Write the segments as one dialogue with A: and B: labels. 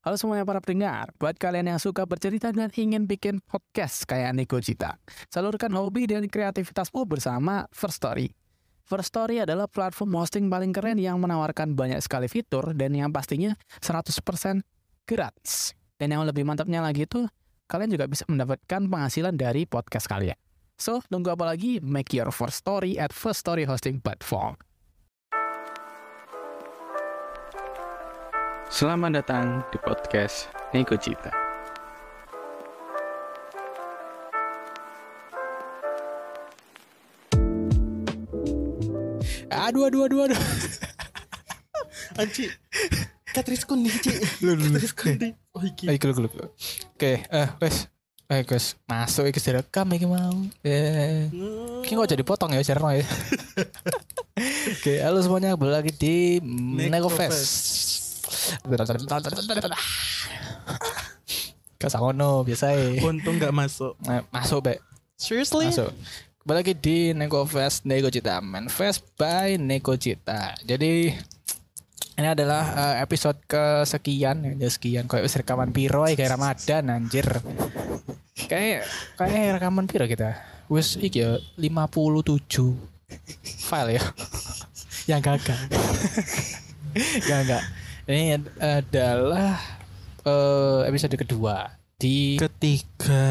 A: Halo semuanya para pendengar, buat kalian yang suka bercerita dan ingin bikin podcast kayak Niko Cita, salurkan hobi dan kreativitasmu bersama First Story. First Story adalah platform hosting paling keren yang menawarkan banyak sekali fitur dan yang pastinya 100% gratis. Dan yang lebih mantapnya lagi itu, kalian juga bisa mendapatkan penghasilan dari podcast kalian. So, tunggu apa lagi? Make your first story at First Story Hosting Platform.
B: Selamat datang di podcast Niko Cita.
A: Aduh, aduh, aduh, aduh.
C: Anci Katris kuning Ci
A: Lu, lu, lu.
C: Katris kuning Oh iki
A: Ayo, keluk, keluk. Oke, eh, wes. Ayo, guys. Masuk, iki direkam, iki mau. Yeah. Mungkin kok jadi potong ya, Cerno ya. Oke, halo semuanya. Kembali lagi di Nekofest. Kasangono, biasa ya.
C: Untung gak masuk
A: Nah, Masuk, Bek.
C: Seriously?
A: Masuk. Kembali lagi di Neko Fest Neko Cita Man Fest by Neko Cita. Jadi ini adalah eh, episode kesekian ya sekian kayak wis rekaman piro ya, kayak Ramadan anjir. Kayak kayak rekaman piro kita. Wis iki ya 57 file ya. Yang gagal. Enggak enggak. Ini ad- adalah eh, episode kedua di
C: Ketiga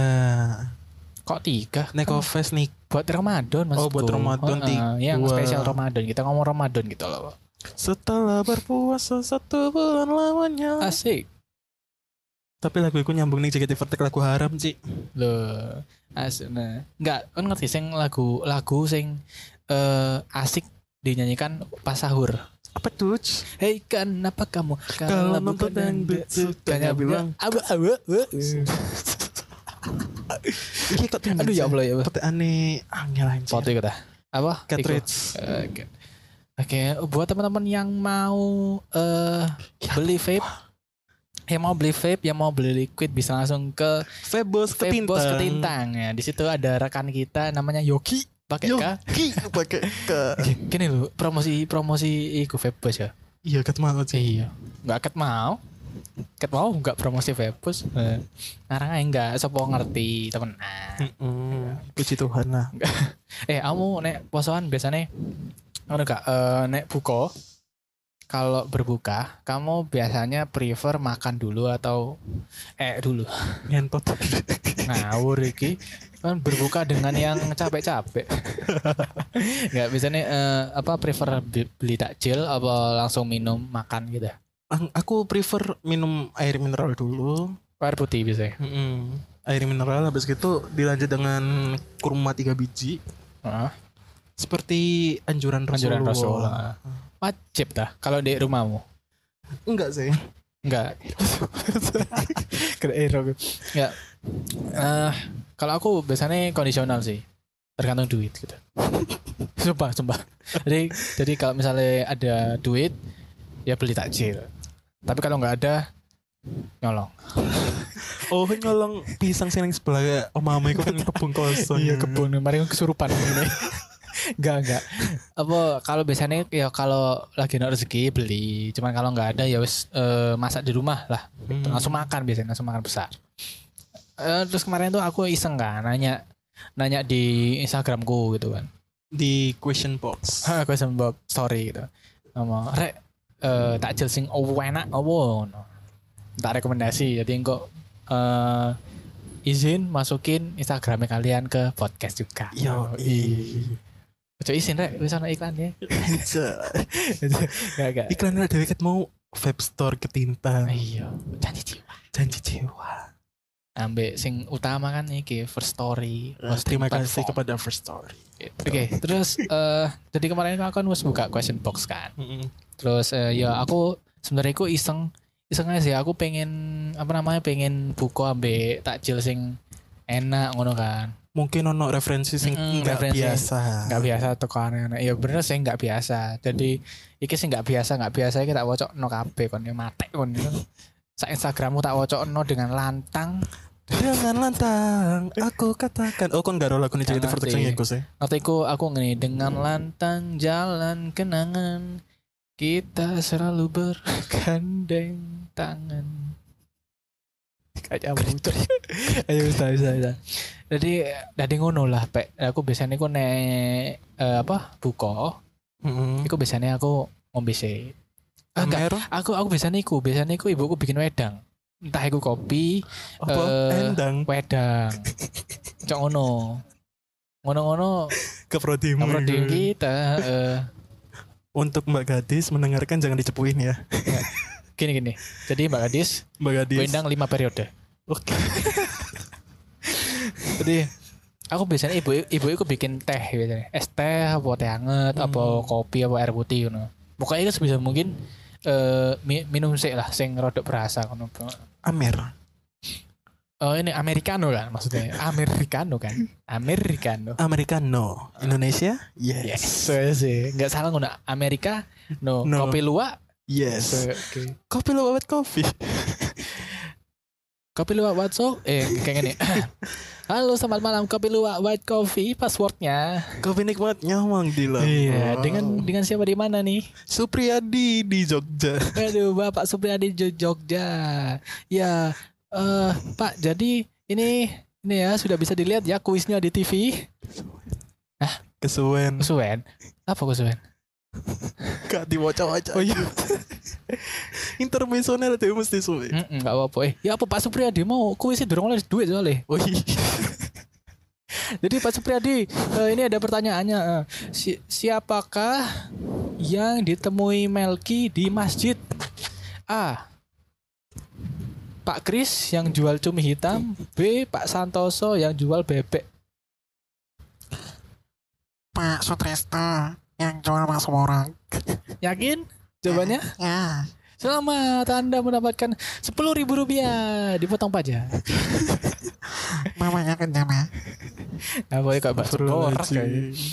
A: kok tiga
C: Neko Fest nih
A: buat Ramadan mas
C: Oh, buat Ramadan, tiga.
A: yang spesial Ramadan kita ngomong Ramadan gitu loh
C: Setelah berpuasa satu bulan lamanya
A: asik
C: Tapi lagu itu nyambung nih JKT48 lagu haram Ci
A: loh asik nah nggak kan ngerti sing lagu lagu sing eh, asik dinyanyikan pas sahur
C: Apa tuh?
A: Hei kenapa kamu kan
C: Kalau nonton dan besuk, tanya bilang. "Iya."
A: abu abu
C: Iki kok tinggi
A: aduh ya Allah ya Allah
C: Tapi aneh Angel Anci
A: foto ikut ah. apa Iku.
C: Katris
A: Oke. Oke, buat teman-teman yang mau eh beli vape yang mau beli vape, yang mau beli liquid bisa langsung ke
C: Febos
A: Vape Bos
C: ketintang
A: Ketintang. Ya, di situ ada rekan kita namanya Yogi pakai K.
C: Yogi pakai ke
A: Gini loh, promosi promosi iku vape Bos ya.
C: Iya ket mau Ci
A: Iya. Enggak ket mau. Ket mau enggak promosi vape Bos. Eh, Ngarang ae enggak sapa ngerti, temenan.
C: Hmm. Mm-mm. Puji Tuhan lah
A: Eh, kamu nek posoan biasanya ngono gak Eh, nek buka kalau berbuka, kamu biasanya prefer makan dulu atau eh dulu.
C: Ngentot
A: Ngawur iki. Kan berbuka dengan yang capek-capek. Enggak biasanya eh, apa prefer bi- beli takjil apa langsung minum makan gitu.
C: Ang- Aku prefer minum air mineral dulu
A: Air putih biasanya.
C: Mm-mm. Air mineral habis gitu dilanjut dengan kurma tiga biji
A: Heeh.
C: seperti anjuran Rasulullah.
A: Anjuran Rasulullah. Wajib dah kalau di rumahmu.
C: Enggak sih.
A: Enggak. Kena error gue. Enggak. Eh, kalau aku biasanya kondisional sih. Tergantung duit gitu. sumpah, sumpah. Jadi jadi kalau misalnya ada duit ya beli takjil. Tapi kalau nggak ada nyolong.
C: Oh nyolong pisang sing nang sebelah omah itu kan kebun kosong.
A: Iya kebun kemarin kesurupan ini. Enggak enggak. Apa kalau biasanya ya kalau lagi ada rezeki beli, cuman kalau nggak ada ya wis eh, masak di rumah lah.
C: Hmm.
A: langsung makan biasanya langsung makan besar Eh, terus kemarin tuh aku iseng kan nanya nanya di Instagramku gitu kan
C: di question box.
A: Ah, aku sempat story gitu sama rek eh, takjil sing enak apa ngono tak rekomendasi jadi engko eh, izin masukin Instagramnya kalian ke podcast juga
C: Yo,
A: Ojo izin rek wis ana iklan ya gak gak
C: Iklan ada deket mau vape store ketintang
A: iya janji jiwa
C: janji jiwa.
A: ambek sing utama kan iki first story hosting
C: Eh, Terima kasih
A: platform.
C: kepada First Story.
A: Gitu. Oke, terus eh jadi kemarin aku kan harus buka question box kan. Terus eh, ya aku sebenarnya aku iseng iseng aja sih aku pengen apa namanya pengen buka ambek takjil sing enak ngono kan.
C: Mungkin ono referensi sing
A: Mm-mm,
C: nggak
A: referensi.
C: biasa.
A: Nggak biasa tokane enak. Ya bener sih nggak biasa. Jadi iki sih nggak biasa, nggak biasa iki tak wocokno kabeh kon ya matek kon. Sa Instagrammu tak wocokno dengan lantang.
C: Dengan lantang aku katakan. Oh kon gak ada lagu nih
A: Eh. Nggak
C: cerita
A: ngerti.
C: Fortune iku sih.
A: Waktu itu aku ngene dengan lantang jalan kenangan kita selalu bergandeng tangan. aja butuh ayo bisa bisa bisa jadi dari ngono lah pek aku biasanya aku nek eh, apa buka
C: Mm-mm.
A: aku biasanya aku ngombe sih ah, enggak
C: Amer,
A: aku aku biasanya aku biasanya aku ibuku bikin wedang entah aku kopi
C: apa?
A: eh,
C: Endang
A: wedang cok ngono ngono ngono
C: ke prodimu.
A: nomor diri kita eh,
C: Untuk Mbak Gadis mendengarkan jangan dicepuin ya.
A: gini gini jadi mbak Gadis
C: Mbak Gadis.
A: wedang lima periode
C: Oke.
A: jadi aku biasanya ibu ibu aku bikin teh biasanya es teh apa teh hangat
C: Hmm.
A: apa kopi apa air putih you know. pokoknya itu sebisa mungkin eh, mi- minum sih lah sing rodok berasa ngono.
C: Amer.
A: Oh ini Americano kan maksudnya Americano kan Americano
C: Americano. Indonesia?
A: yes
C: Yes.
A: saya sih nggak salah nguna Amerika no,
C: No.
A: kopi luwak
C: Yes.
A: so, oke.
C: Kopi lu awet kopi.
A: kopi luwak white so eh kayak gini halo selamat malam kopi luwak white coffee passwordnya
C: Kopi nikmat nyawang di lembang.
A: iya dengan dengan siapa di mana nih
C: Supriyadi di Jogja.
A: Aduh, Bapak Supriyadi Jo- Jogja. Ya, eh Pak, jadi ini ini ya sudah bisa dilihat ya kuisnya di TV.
C: Kesuwen.
A: Kusuwen. Apa kusuwen?
C: Gak diwaca-waca. Oh iya. Intermezzonya ada yang mesti suwe.
A: Heeh, enggak apa-apa. Eh, ya apa Pak Supriyadi mau kuisnya dorong oleh duit soalnya.
C: Oh iya.
A: Jadi Pak Supriyadi, eh, ini ada pertanyaannya. eh, si- siapakah yang ditemui Melki di masjid? A. Pak Kris yang jual cumi hitam, B. Pak Santoso yang jual bebek.
D: Pak Sutrisno yang jual bakso orang.
A: Yakin? Jawabannya?
D: Ya,
A: Selamat Anda mendapatkan sepuluh ribu rupiah dipotong pajak.
D: mamanya kenyang ya.
A: Nah, boy kok bakso borak kayaknya. gitu.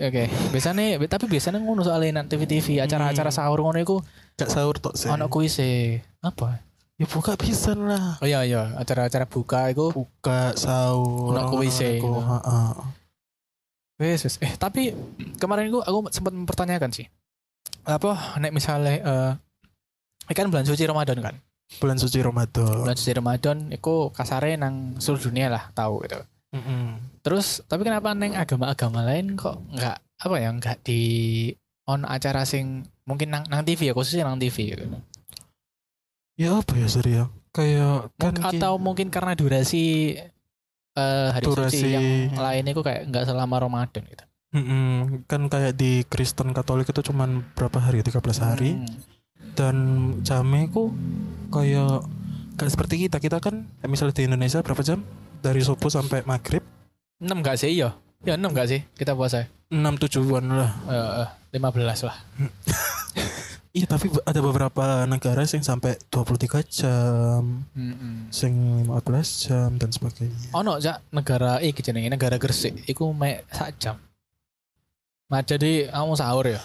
A: Oke, biasanya tapi biasanya ngono soalnya nanti TV TV acara-acara sahur ngono iku
C: Gak sahur tok sih.
A: ono kuis e. Apa?
C: Ya buka pisan lah.
A: Oh iya iya, acara-acara buka iku
C: Buka sahur.
A: Ono kuis e.
C: Ono- ono- ono- ono.
A: wes wes. Eh, tapi kemarin gua aku sempat mempertanyakan sih. Apa nek misalnya eh ini kan bulan suci Ramadan kan.
C: Bulan suci Ramadan.
A: Bulan suci Ramadan iku kasare nang seluruh dunia lah tahu gitu.
C: Mm-mm.
A: Terus tapi kenapa neng agama-agama lain kok nggak apa ya nggak di on acara sing mungkin nang, nang TV ya khususnya nang TV gitu.
C: Ya apa ya Suri ya? Kayak kan
A: Mungkin- atau mungkin karena durasi eh hari suci
C: Durasi.
A: yang lainnya kok kayak nggak selama Ramadan gitu.
C: ki- Mm-mm. kan kayak di Kristen Katolik itu cuman berapa hari? 13 hari.
A: Hmm.
C: Dan jamnya ku kayak kayak seperti kita kita kan eh, misalnya di Indonesia berapa jam? Dari subuh sampai maghrib
A: Enam nggak sih ya? Ya enam nggak sih kita puasa?
C: 6 tujuan lah.
A: Eh, Lima belas lah.
C: Iya tapi be- ada beberapa negara yang sampai 23 jam,
A: Mm-mm.
C: sing 15 jam dan sebagainya.
A: Ono cak negara eh jenenge negara Gresik iku mek sak jam. Nah, jadi kamu sahur ya.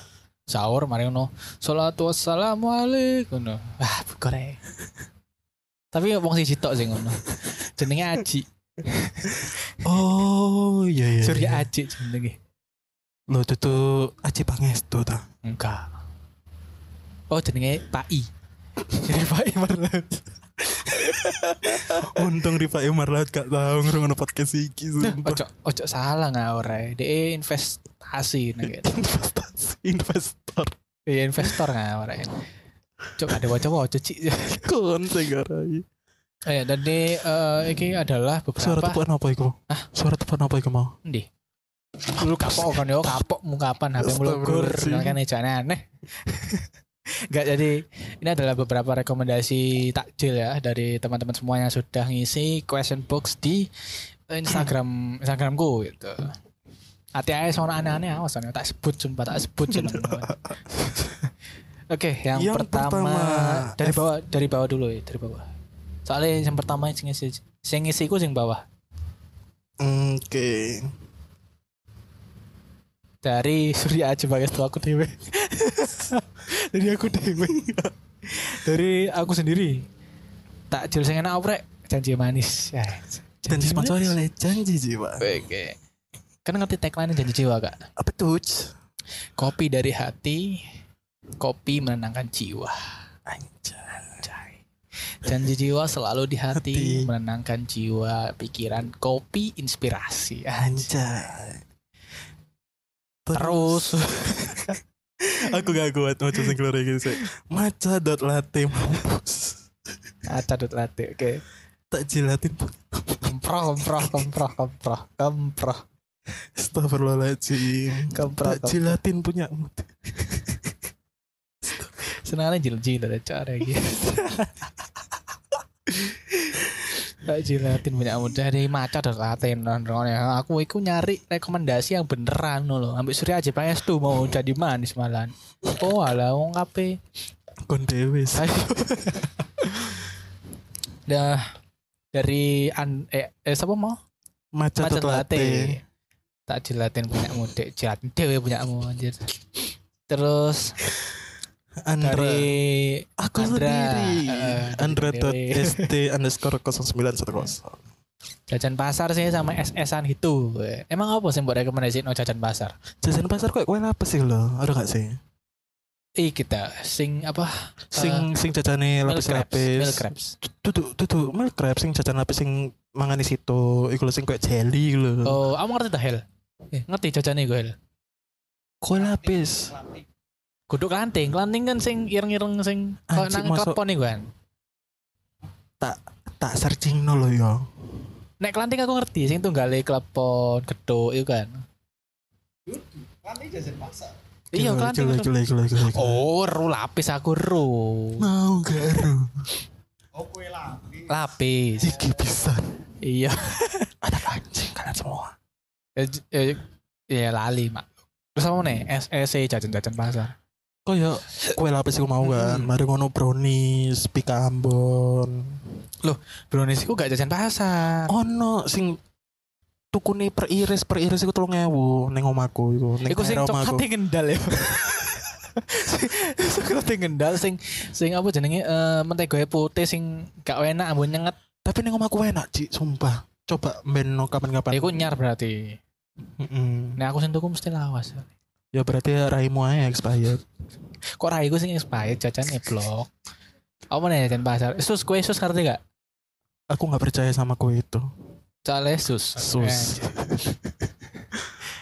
A: Sahur mari ngono. Shalatu wassalamu alaikum. ngono. Ah, bukore. Tapi wong siji tok sing ngono. Jenenge Aji.
C: Oh iya iya.
A: Surya
C: iya.
A: Aji jenenge.
C: Lo itu tuh Aji Pangestu ta.
A: Enggak. Oh, jenenge Pak I. Jadi Pak I pernah.
C: Untung Rifa Umar Laut gak tahu ngrungokno podcast iki sumpah.
A: Ojo ojo salah ngawur ae. Dhek investasi nang kene.
C: Investasi investor
A: Iya investor ngawur ae. Coba ada wajah-wajah cik.
C: kon sing ngarai.
A: Eh, dan di eh, iki adalah
C: Suara
A: beberapa
C: tepuan apa iku? Ah, suara tepuan apa iku mau?
A: Ndi? Lu kapok kan yo kapok mu kapan HP mulu gur
C: Astagfirullahaladzim.
A: kan ejane aneh. Enggak jadi ini adalah beberapa rekomendasi takjil ya dari teman-teman semua yang sudah ngisi question box di Instagram Instagramku gitu. Hati ae sono aneh-aneh awas sono tak sebut sumpah tak sebut jeneng. Oke, yang,
C: Yang
A: pertama,
C: pertama,
A: dari
C: F-
A: bawah dari bawah dulu ya, dari bawah. Soalnya yang pertama sing ngisi sing ngisi ku sing bawah.
C: Oke.
A: dari Surya aja bagas tuh aku dewe dari aku dewe dari aku sendiri takjil sing enak oprek janji manis ya
C: Janji Eh. sponsori oleh janji jiwa.
A: oke kan ngerti tagline janji jiwa kak
C: Apa tuh?
A: kopi dari hati kopi menenangkan jiwa
C: Anjay.
A: Anjay. Janji jiwa selalu di hati,
C: Hati.
A: menenangkan jiwa, pikiran, kopi, inspirasi. Ah, Anjir.
C: Anjay.
A: Terus.
C: aku gak kuat macam sing keluar gitu sih. Maca dot latte mampus.
A: Aca dot latte. Oke.
C: Tak jilatin pun.
A: Kemproh, kemproh, kemproh, kemproh, kemproh,
C: Astagfirullahaladzim.
A: kemproh.
C: Tak jilatin punya.
A: Senangnya jil-jil ada cara gitu. Tak jilatin punya kamu dari maca dot latte non non, ya. Aku iku nyari rekomendasi yang beneran no, loh. Ambil Surya aja PS tuh mau jadi manis malan. Oh alah wong kape.
C: Kon dewe sih.
A: Dah dari an eh, eh siapa mau?
C: Maca
A: Macet
C: dot latte.
A: latte. Tak jilatin punya dek jilatin dewe punya anjir. Terus
C: Andra.
A: dari
C: Aku
A: Andra.
C: sendiri.
A: Eh,
C: Andra
A: dari
C: dot
A: dewe.
C: st underscore 0910.
A: jajan pasar sih sama SS-an itu. Emang apa sih buat rekomendasi no jajan pasar?
C: Jajan pasar kok kue apa sih lo? Ada gak sih?
A: Ih kita sing apa?
C: Sing sing
A: Eh,
C: jajane
A: Milk crepes, milk
C: lapis-lapis.
A: crepes.
C: Tutu tutu milk crab sing jajan lapis sing mangan di situ. Iku lho sing kayak jelly iku lho.
A: Oh, kamu ngerti dah Hel? Eh, ngerti jajannya gue Hel.
C: Kue lapis.
A: Guduk lanting, lanting kan sing ireng-ireng sing kok
C: Anjing,
A: nang
C: masuk-
A: klepon kan? nih gue.
C: Tak searching no lo yo.
A: Nek kelanting aku ngerti, sing tunggale klepon, gedhok itu kan. Iya,
C: Gila,
A: kelanting
C: gila,
A: itu.
C: gila, gila, gila, gila.
A: Oh, ru lapis aku ru.
C: Mau gak ru?
A: Lapis.
C: Iki bisa.
A: Iya.
C: Ada anjing kalian semua.
A: Eh, j- eh, Ya lali, Mak. Terus apa nih? SEC jajan-jajan pasar.
C: Kayak kue lapis iku mau kan. Mari ngono brownies, pikambon.
A: Brownies iku gak jajan pasar.
C: Ono sing tukune per iris per iris iku 3000 ning omahku iku. Ning
A: Iku sing
C: daerah omahku.
A: coklatnya kendal ya. Sing- sing coklatnya kendal sing sing apa jenenge eh mentega putih sing gak enak ambon nyengat.
C: Tapi ning omahku enak, Ci, sumpah. Coba beno kapan-kapan.
A: Iku nyar berarti.
C: Mm-mm.
A: Nek aku sing tuku mesti lawas.
C: Ya berarti raimu aja expired.
A: Kok rai iku sing expired jajane e blok. Apa nih jajan pasar? Sus kue sus ngerti gak?
C: Aku nggak percaya sama kue itu.
A: Soalnya sus.
C: Sus.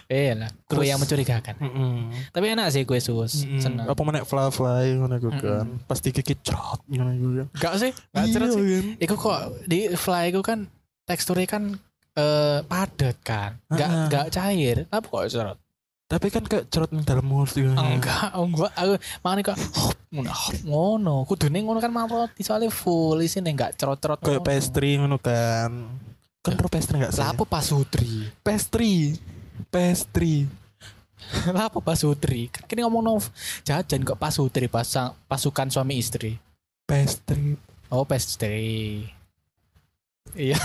A: Eh, eh lah. Kue
C: Terus-
A: yang mencurigakan.
C: Mm-mm.
A: Tapi enak sih kue sus.
C: Mm-mm.
A: Seneng.
C: Apa menek fly-fly ngono iku kan. Pasti gigi cerot ngono iku kan. Iya
A: Gak sih? Gak cerut Nah, sih. Iku kok di fly iku kan teksturnya kan eh padat kan, nggak
C: Ah.
A: nggak cair. Apa kok cerut?
C: Tapi kan kayak cerot ning dalam mulut gitu.
A: Enggak, enggak. Aku makanya kok hop, ngono, hop, ngono. Kudune ngono kan maroti soalnya full isine nggak cerot-cerot. ngono.
C: Kayak pastry ngono kan. Kan ro pastry enggak sih?
A: Lapo pasutri.
C: pastry. Pastry.
A: Lapo pasutri. Kan kini ngomong no jajan kok pasutri pasang pasukan suami istri.
C: Pastry.
A: Oh, pastry. Iya.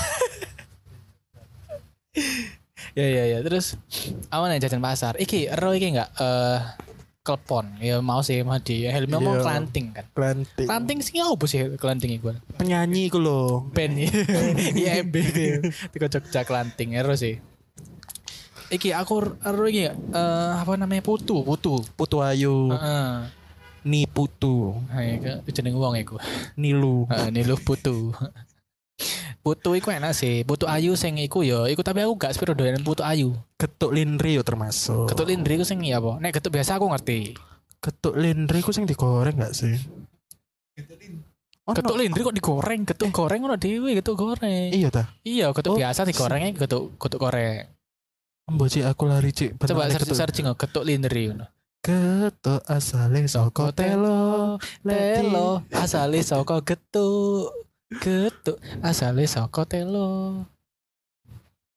A: ya ya ya terus aman ya jajan pasar iki ero iki enggak eh klepon ya mau sih mah di helm mau
C: Iya.
A: kelanting kan
C: Kelanting.
A: kelanting sih apa sih kelanting iku ya.
C: Penyanyi iku lho.
A: pen IMB tiga Jogja kelanting ero sih iki aku ero iki eh, apa namanya putu putu
C: Putu Ayu,
A: heeh
C: Ni Putu,
A: uh, jeneng wong iku
C: Nilu.
A: Heeh, niluh Eh, putu. putu iku enak sih. Putu ayu sing iku ya, iku tapi aku gak sepiro doyan putu ayu.
C: Ketuk Lindri yo termasuk.
A: Ketuk lindri iku sing ya apa? Nek ketuk biasa aku ngerti.
C: Ketuk Lindri ku sing digoreng enggak sih? Ono.
A: Ketuk lindri kok digoreng, ketuk goreng ngono dhewe, ketuk goreng.
C: Iya ta.
A: Iya, ketuk
C: Oh.
A: biasa digorengnya ketuk ketuk goreng.
C: Mbok Ci, aku lari cik Bener,
A: Coba
C: ada
A: search
C: ketuk-
A: searching oh, ketuk lindri ngono.
C: Ketuk asale saka telo
A: Telo asale saka getuk. Getuk asale saka telo.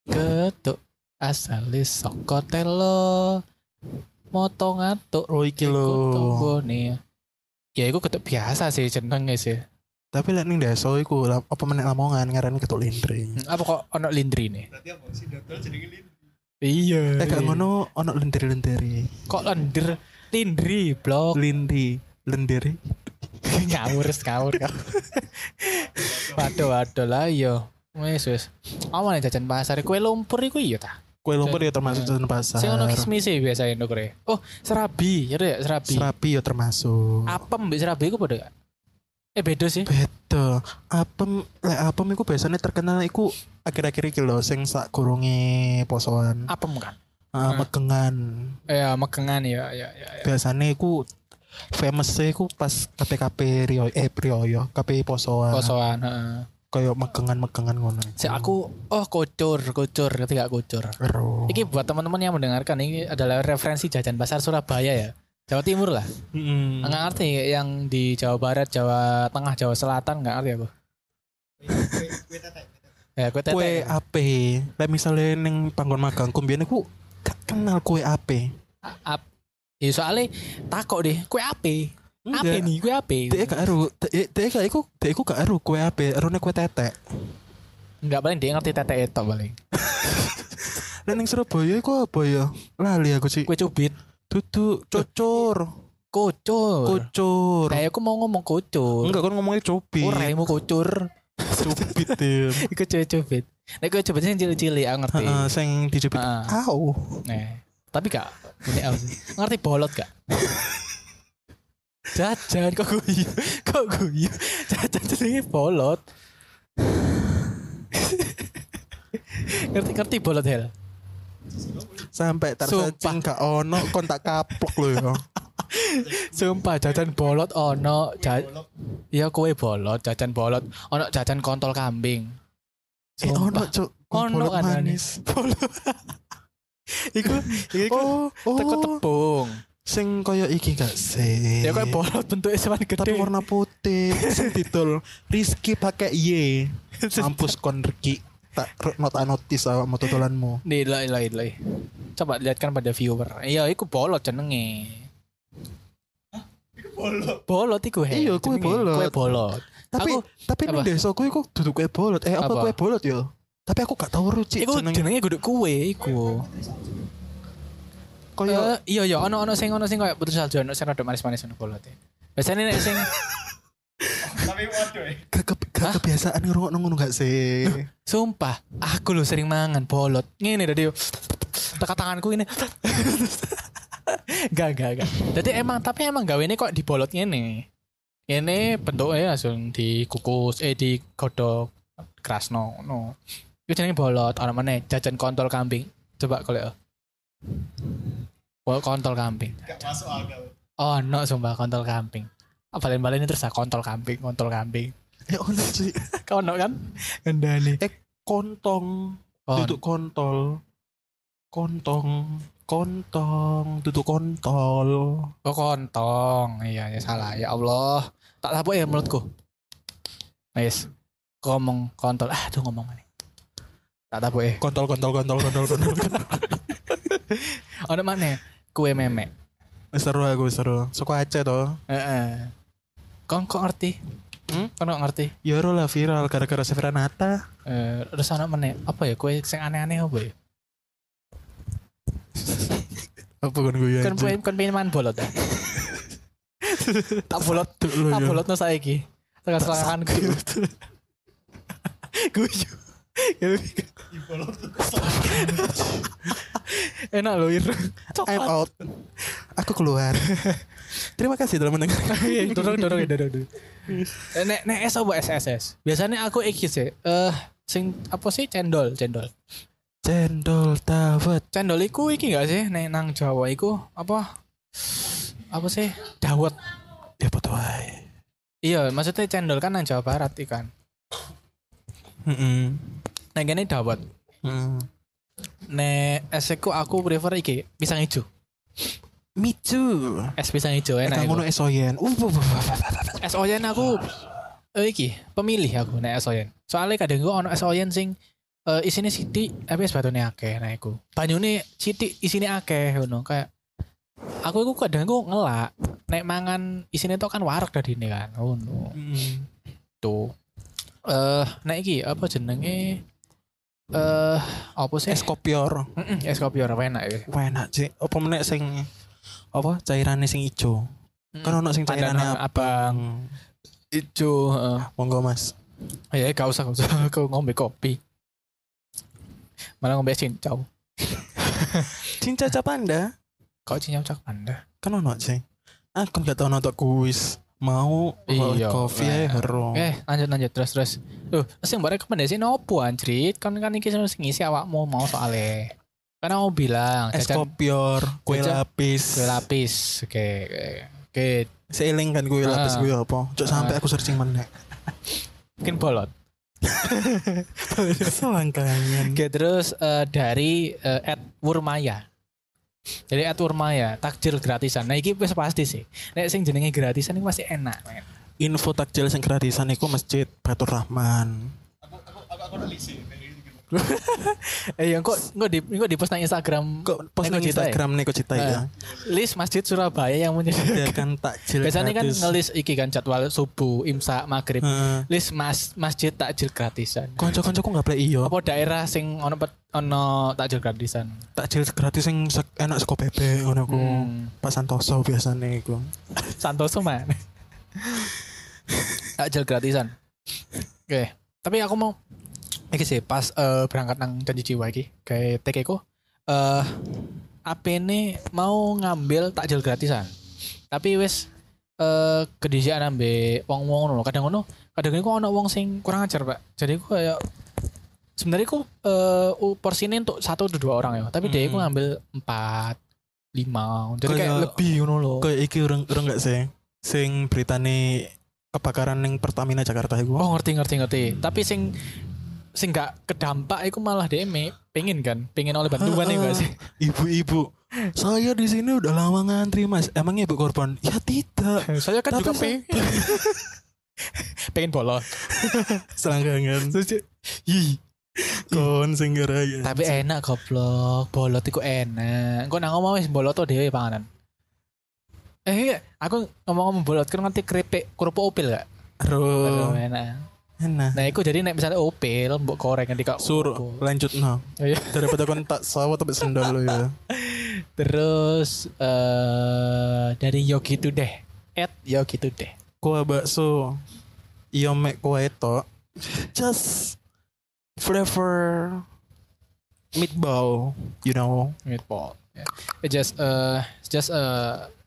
A: Getuk asale saka telo. Motong atuk
C: Oh iki
A: Ikut
C: lho
A: tunggu nih. Ya iku ketuk biasa sih ya. jenenge sih.
C: Tapi lek ning desa iku lam- Apa menek lamongan ngarani ketuk lindri
A: Hmm, Apa kok ono lindri nih? Iya.
C: Eh gak ngono ono lendiri-lendiri
A: Kok lendir lindri blok
C: Lindi Lendiri
A: ngawur ngawur. ngawur. waduh waduh lah yo. Wes wes. Awan jajan pasar kue lumpur iku iya ta.
C: Kue lumpur ya termasuk jajan pasar
A: Sing ono kismis e sih biasanya nduk kure. Oh, serabi, ya ya serabi.
C: Serapi ya termasuk
A: Apem mbek serabi iku padha gak? eh beda sih
C: Betul. Apem lek apem iku biasanya terkenal iku akhir-akhir iki lho sing sak gurunge posoan.
A: apem kan
C: Ah, megengan.
A: ya mekengan ya ya ya, ya.
C: Biasanya iku famous iku pas KPKP Rio eh Rioyo, KP posoan.
A: kosoan heeh.
C: Kayak megengan-megengan ngono.
A: si aku oh kocor kocor ngerti gak kocor
C: Ero.
A: Ini buat teman-teman yang mendengarkan ini adalah referensi jajan pasar Surabaya ya. Jawa Timur lah.
C: Mm-mm.
A: Enggak ngerti yang di Jawa Barat, Jawa Tengah, Jawa Selatan enggak ngerti aku. ya, kue tete.
C: Kue ape. Lek misale ning panggon magangku biyen iku gak kenal kue ape.
A: Ap. Ya soalnya takok deh, kue ape? Ape
C: Enggak.
A: nih, kue ape?
C: Dek gak eru, dek dek gak iku, dek iku gak eru kue ape, erune kue tetek.
A: Enggak paling dia ngerti tete itu paling.
C: Lah ning Surabaya iku apa ya? Lali aku sih.
A: Kue cubit,
C: Dudu cocor,
A: kocor.
C: kocor.
A: Nah, aku mau ngomong kocor.
C: Enggak kan ngomongnya cubit.
A: Ora mau kocor.
C: Cubit tim.
A: Iku kue cubit. Nek kue cubit sing cilik-cilik aku ngerti.
C: Heeh, sing dicubit.
A: Heeh.
C: Au.
A: Eh, tapi gak ini apa sih? ngerti bolot gak? Jajan kok guyu, kok guyu. Jajan jenenge bolot. ngerti ngerti bolot hel.
C: Sampai
A: Sumpah.
C: tersancing gak ono kontak kaplok lho ya.
A: Sumpah jajan bolot ono ja Iya kue bolot, jajan bolot, ono jajan kontol kambing.
C: Eh ono
A: Sumpah.
C: cuk.
A: Ono
C: Bolot
A: kan,
C: manis.
A: Bolot. iku iku
C: Oh,
A: teko
C: oh.
A: tepung.
C: Sing koyo iki gak sih.
A: Ya kue bolot bentuknya semakin gede.
C: tapi warna putih sing didol Rizky pakai Y mampus kon Rizky tak nota notis awakmu tutulanmu
A: Nih, lah, lah, lah. Coba lihatkan pada viewer. Iya, iku bolot jenenge. Bolot. Bolot iku he.
C: Iya, kue
A: jenenge.
C: bolot.
A: Kue bolot.
C: tapi
A: Aku-
C: tapi
A: apa?
C: ning desaku iku duduk kue bolot eh apa,
A: Apa?
C: kue bolot yo tapi aku gak tau ruci
A: Iku
C: jeneng
A: jenenge guduk kue iku.
C: koyo Oh,
A: Eh, iya iya ono ono sing ono sing kayak putus salju ono sing rada manis-manis ono bolot. Biasanya nek sing
C: gak, ke, gak
A: Hah?
C: kebiasaan ngerungokno ngono gak sih
A: sumpah aku lho sering mangan bolot. Ngene tadi tekan tanganku ini. Gak gak gak. Jadi emang tapi emang gawene kok dibolot ngene. Ini bentuknya langsung dikukus eh digodok krasno no. Itu jenenge bolot ana meneh jajan kontol kambing. Coba kalau Bol kontol kambing. Oh, no sumpah kontol kambing. Apa balen terus ah, kontol kambing, kontol kambing.
C: eh ono sih
A: Kau no kan? Kendali.
C: Eh, kontong
A: Kon.
C: duduk kontol kontong kontong duduk kontol
A: Oh kontong, iya ya salah ya Allah. Tak apa ya mulutku. Wes. Ngomong kontol. Ah, tuh ngomong ini. Tak apa ya.
C: kontol kontol kontol kontol kontol
A: Ono mana? Kue memek.
C: seru aku seru suka Aceh toh
A: Heeh. Kau kok ngerti?
C: Hmm?
A: Kau kok ngerti?
C: Yoro lah viral gara-gara Sefira Nata.
A: Eh, terus ono mana? Apa ya kue sing aneh-aneh apa ya?
C: Apa kan gue
A: Kan kue kan pengen makan bolot ya. tak bolot
C: tuh ya. lo
A: Ah bolotno saiki. Tekan selangan guyu. Guyu. Ya Enak loh Ir.
C: I'm out. Aku keluar. Terima kasih telah mendengarkan.
A: Iya, dorong dorong ya, dorong dorong. Eh, Nek nek es apa SSS? Biasanya aku iki sih. Eh sing apa sih cendol, cendol.
C: Cendol tawet.
A: Cendol iku iki gak sih nek nang Jawa iku apa? Apa sih? Dawet.
C: Ya betul wae.
A: Iya, maksudnya cendol kan nang Jawa Barat ikan.
C: Mm-mm.
A: Nek kene dawet. Hmm.
C: Mm.
A: Nek es iku aku prefer iki, pisang hijau.
C: Me too.
A: Es pisang hijau
C: Eh,
A: enak.
C: kang
A: iku.
C: ngono esoyen. Uh, wuh, wuh, wuh, wuh, wuh.
A: SOYN aku eh, iki pemilih aku nek SOYN. Soalnya kadang gua ono SOYN sing eh, isine sithik tapi es batone akeh nek aku. Banyune sithik isine akeh ngono kayak aku iku kadang gua ngelak nek mangan isine tok kan warak dadine kan ngono.
C: Mm.
A: Tuh. Eh nek iki apa jenenge eh apa sih?
C: Es kopior.
A: Mm-mm, es kopi ora enak ya.
C: Wah, enak sih. Apa menek sing apa cairannya sing ijo. Kan
A: Hmm.
C: ono sing
A: Pandanan
C: cairannya
A: abang
C: abang.
A: ijo heeh.
C: Monggo Mas.
A: Ya, gak usah, gak usah. Aku ngombe kopi. Malah ngombe cincau.
C: Cinca Capanda.
A: Kok cincau cak anda?
C: Ah, Kan ono sih. Aku gak tau kan nonton kuis. mau
A: Iya.
C: kopi
A: Nah.
C: ya hero.
A: Oke, lanjut lanjut terus terus. Loh, terus yang rekomendasi nopo anjrit? Kan kan iki harus ngisi awakmu mau soalnya. Karena mau bilang
C: Es
A: jajan
C: kopior, kue
A: jajan-
C: lapis.
A: kue lapis. Oke. oke. Oke,
C: Seiling kan kue
A: Ah.
C: lapis gue apa? Cok sampai aku searching meneh.
A: mungkin bolot.
C: Selangkangan.
A: Oke, terus eh, dari eh, Ed Wurmaya. Jadi Ed Wurmaya, takjil gratisan. Nah, iki wis pasti sih. Nek sing jenenge gratisan ini pasti enak, men.
C: Info takjil sing gratisan iku masjid Batur Rahman.
A: Eh, yang kok kok di kok di post nang Instagram
C: Kok post
A: Neko
C: nang
A: Cita ya?
C: Instagram Neko Cita ya?
A: list Masjid Surabaya yang menyediakan
C: Biarkan takjil
A: Biasanya kan
C: gratis. Ah.
A: ngelis iki kan jadwal subuh, imsak, maghrib.
C: Heeh.
A: List mas, masjid takjil gratisan.
C: Konco-koncoku nggak play iyo.
A: Apa daerah sing ono pet, ono takjil gratisan?
C: Takjil gratis yang enak seko bebek ngono ku.
A: Hmm.
C: Pak Santoso biasanya iku.
A: Santoso man. takjil gratisan. Oke, tapi aku mau iki sih pas eh, berangkat nang janji jiwa iki kayak TK ku eh apene mau ngambil takjil gratisan. Tapi wis eh kedisian ambe wong-wong ngono. Kadang ngono, kadang iku ono wong sing kurang ajar, Pak. Jadi ku kayak sebenarnya ku eh u- porsine untuk satu atau dua orang ya, tapi dia ku
C: Hmm.
A: ngambil empat lima jadi kayak
C: Kayak-
A: lebih ngono loh
C: Kayak iki orang orang nggak sih? Sing beritane kebakaran yang Pertamina Jakarta iku.
A: Oh ngerti ngerti ngerti. Tapi sing sing gak kedampak iku malah DM pengen kan, pengen oleh bantuan ya gak sih?
C: Ibu-ibu, saya di sini udah lama ngantri mas. Emangnya ibu korban? Ya tidak.
A: Saya kan
C: Tapi
A: juga
C: saya-
A: pengen. pengen bolos.
C: Selangkangan.
A: Ih,
C: Kon sing ya. gara-gara.
A: tapi eh, enak goblok. Bolot iku enak. Engko nang ngomong wis bolot to dhewe panganan. Eh, iya, aku ngomong-ngomong bolot kan ngerti keripik kerupuk opil gak?
C: Aduh,
A: Aduh, enak.
C: enak.
A: Nah, iku jadi nek misalnya opil mbok goreng nanti kok.
C: Suruh lanjut no.
A: Iya.
C: Daripada kon tak sawah tapi sendal lo ya.
A: Terus eh dari Yogi Today. At Yogi Today.
C: Kuah bakso. Iya mek kuah itu. Just flavor meatball, you know.
A: Meatball. Yeah. It's just uh it's just a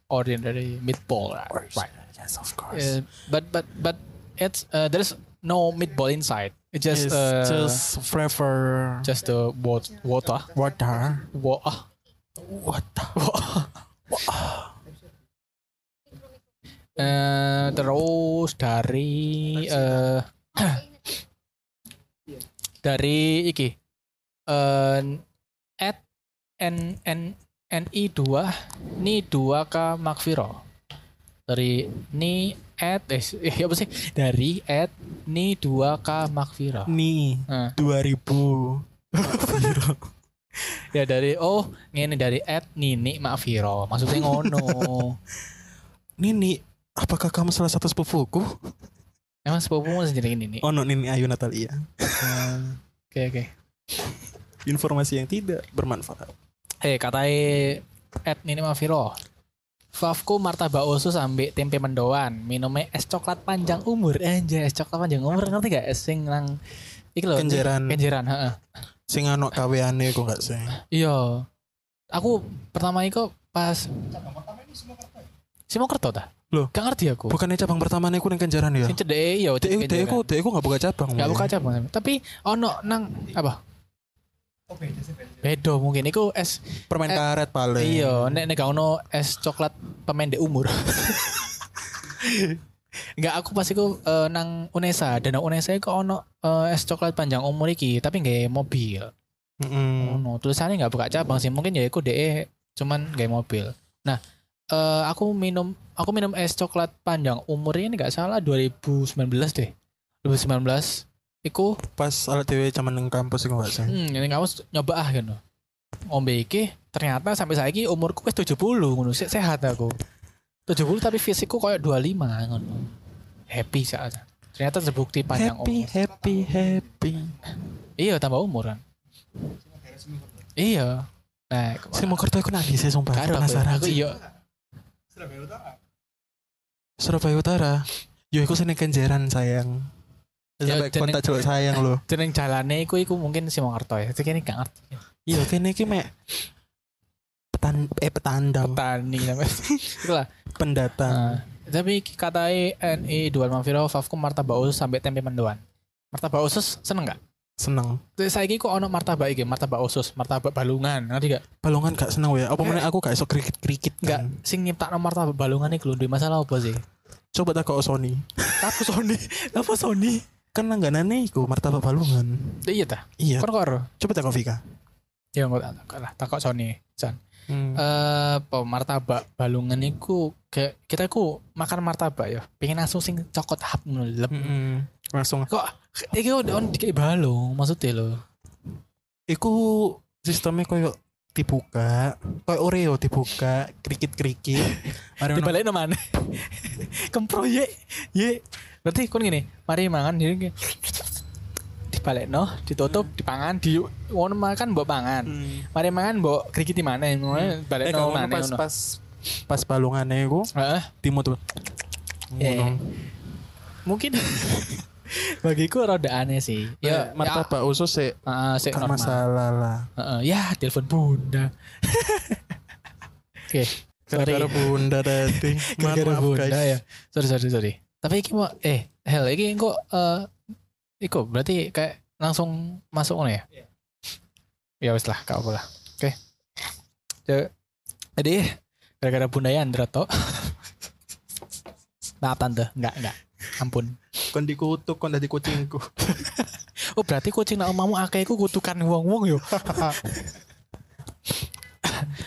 A: ordinary meatball, right? right.
C: Yes, of
A: Uh, but but but it's uh, there's no meatball inside. It's just
C: It's
A: uh, just
C: just flavor
A: just the wat- water.
C: water.
A: Water.
C: Water.
A: Eh, terus dari eh dari iki eh at n n ni 2 ni 2 k makviro dari ni at eh, s- eh, apa sih dari at ni 2 k makviro
C: Nih,
A: Eh.
C: 2000.
A: ya dari oh ini dari at nini makviro maksudnya ngono
C: Nini, apakah kamu salah satu sepupuku?
A: emang sepupumu sendiri ini
C: Ono Nini Ayu Natalia. iya.
A: oke oke
C: Informasi yang tidak bermanfaat.
A: Eh katai at Nini Maviro. Favku martabak usus ambek tempe mendoan, minumnya es coklat panjang umur. Eh, Anjay, es coklat panjang umur ngerti gak? Es sing nang iki lho.
C: Kenjeran.
A: Kenjeran, heeh.
C: Sing ano kaweane kok gak sih?
A: Iya. Aku pertama iku pas Simokerto ta?
C: Loh.
A: gak ngerti aku.
C: Bukannya cabang pertama nih yang kenjaran ya?
A: Sing cedeke iya cedek
C: Deku,
A: Kenjeran.
C: deku, deku gak buka cabang.
A: Gak
C: woy.
A: buka cabang tapi ono nang apa? Bedo mungkin iku es
C: Permen
A: Eh,
C: karet paling.
A: Iya, nek nek gak ono es coklat pemendek umur. Enggak aku pas iku eh, nang Unesa, dan nang Unesa iku ono eh, es coklat panjang umur iki, tapi nggak mobil.
C: Mm-mm.
A: Ono tulisannya nggak buka cabang sih, mungkin ya iku DE cuman nggak mobil. Nah, eh, aku minum aku minum es coklat panjang umur ini nggak salah 2019 deh. 2019 iku
C: Pas alat dewe zaman neng kampus iku gak sih?
A: Hmm, ini kamu s- nyoba ah gitu. Ombe iki ternyata sampai saiki umurku wis 70 ngono, se- sehat aku. 70 tapi fisikku koyo 25 ngono. Happy saat. Ternyata terbukti panjang
C: Happy,
A: umur.
C: happy, happy.
A: Iya, tambah umuran. Iya. Nah, kemarin-
C: Saya mau kerja aku nangis ya sumpah.
A: Karo aku-
C: Penasaran
A: aku
C: sih.
A: iya.
C: Surabaya Utara. Yo aku seneng kenjaran sayang.
A: Ya,
C: Sampai
A: jeneng-
C: kontak celuk sayang loh.
A: Jeneng jalane iku iku mungkin Simongerto ya. Tapi ini gak ngerti.
C: Iya kene iki mek petan eh petandang
A: Petani namanya. Iku lah. Nah,
C: pendatang.
A: Tapi katai NI dual mafiro favku martabak usus sampai tempe mendoan. Martabak usus seneng gak?
C: seneng
A: Saya kok ono martabak iki, martabak usus, martabak balungan, ngerti gak?
C: balongan gak seneng ya apa meneh aku gak iso kan? kriket kriket
A: Enggak, sing nyiptakno martabak balungan iki lho duwe masalah apa sih?
C: coba tak kok Sony
A: Aku Sony, apa Sony?
C: kan langganane iku martabak balungan
A: Iya ta?
C: iya
A: Kon kok ero?
C: coba tak kok Vika
A: Ya enggak tak takok lah, takok Sony. Jan.
C: Hmm.
A: Eh, apa martabak balungan iku kayak kita ku makan martabak ya. Pengen langsung sing cokot hap ngono lep.
C: Eh, Mm-mm. langsung
A: Kok iki udah on dikei balung maksudnya lho.
C: iku sistemnya koyo dibuka koyo Oreo dibuka krikit krikit mari ono-
A: Dibalik mana? Kempro ye. Ye. Berarti kon ngene, mari mangan jadi dibalik no, ditutup, dipangan, di ngono makan mbok pangan.
C: Hmm.
A: Mari mangan mbok krikiti mana, ngono
C: Eh,
A: balik no
C: kalau ngono
A: mana
C: pas
A: ngono.
C: pas pas balungannya iku
A: Heeh.
C: timut tuh
A: Eh, mungkin bagiku rada aneh sih.
C: ya martabak usus sih
A: Ya, ah, sik
C: gak
A: normal.
C: masalah lah
A: Heeh, ya, telepon bunda. Oke, sorry.
C: gara-gara bunda tadi Mohon
A: Gara-gara
C: maaf,
A: Kan bunda
C: guys.
A: ya. Sorry, sorry, sorry. Tapi iki mau eh hell iki kok eh iku berarti kayak langsung masuk ngono ya? Ya wis lah, kau lah. Oke. Ja- Jadi gara-gara bunda ya Andra toh. Maaf tante, enggak, enggak. Ampun.
C: kon dikutuk kon dari kucingku
A: Oh berarti kucing nak omamu akeh iku kutukan wong-wong yo.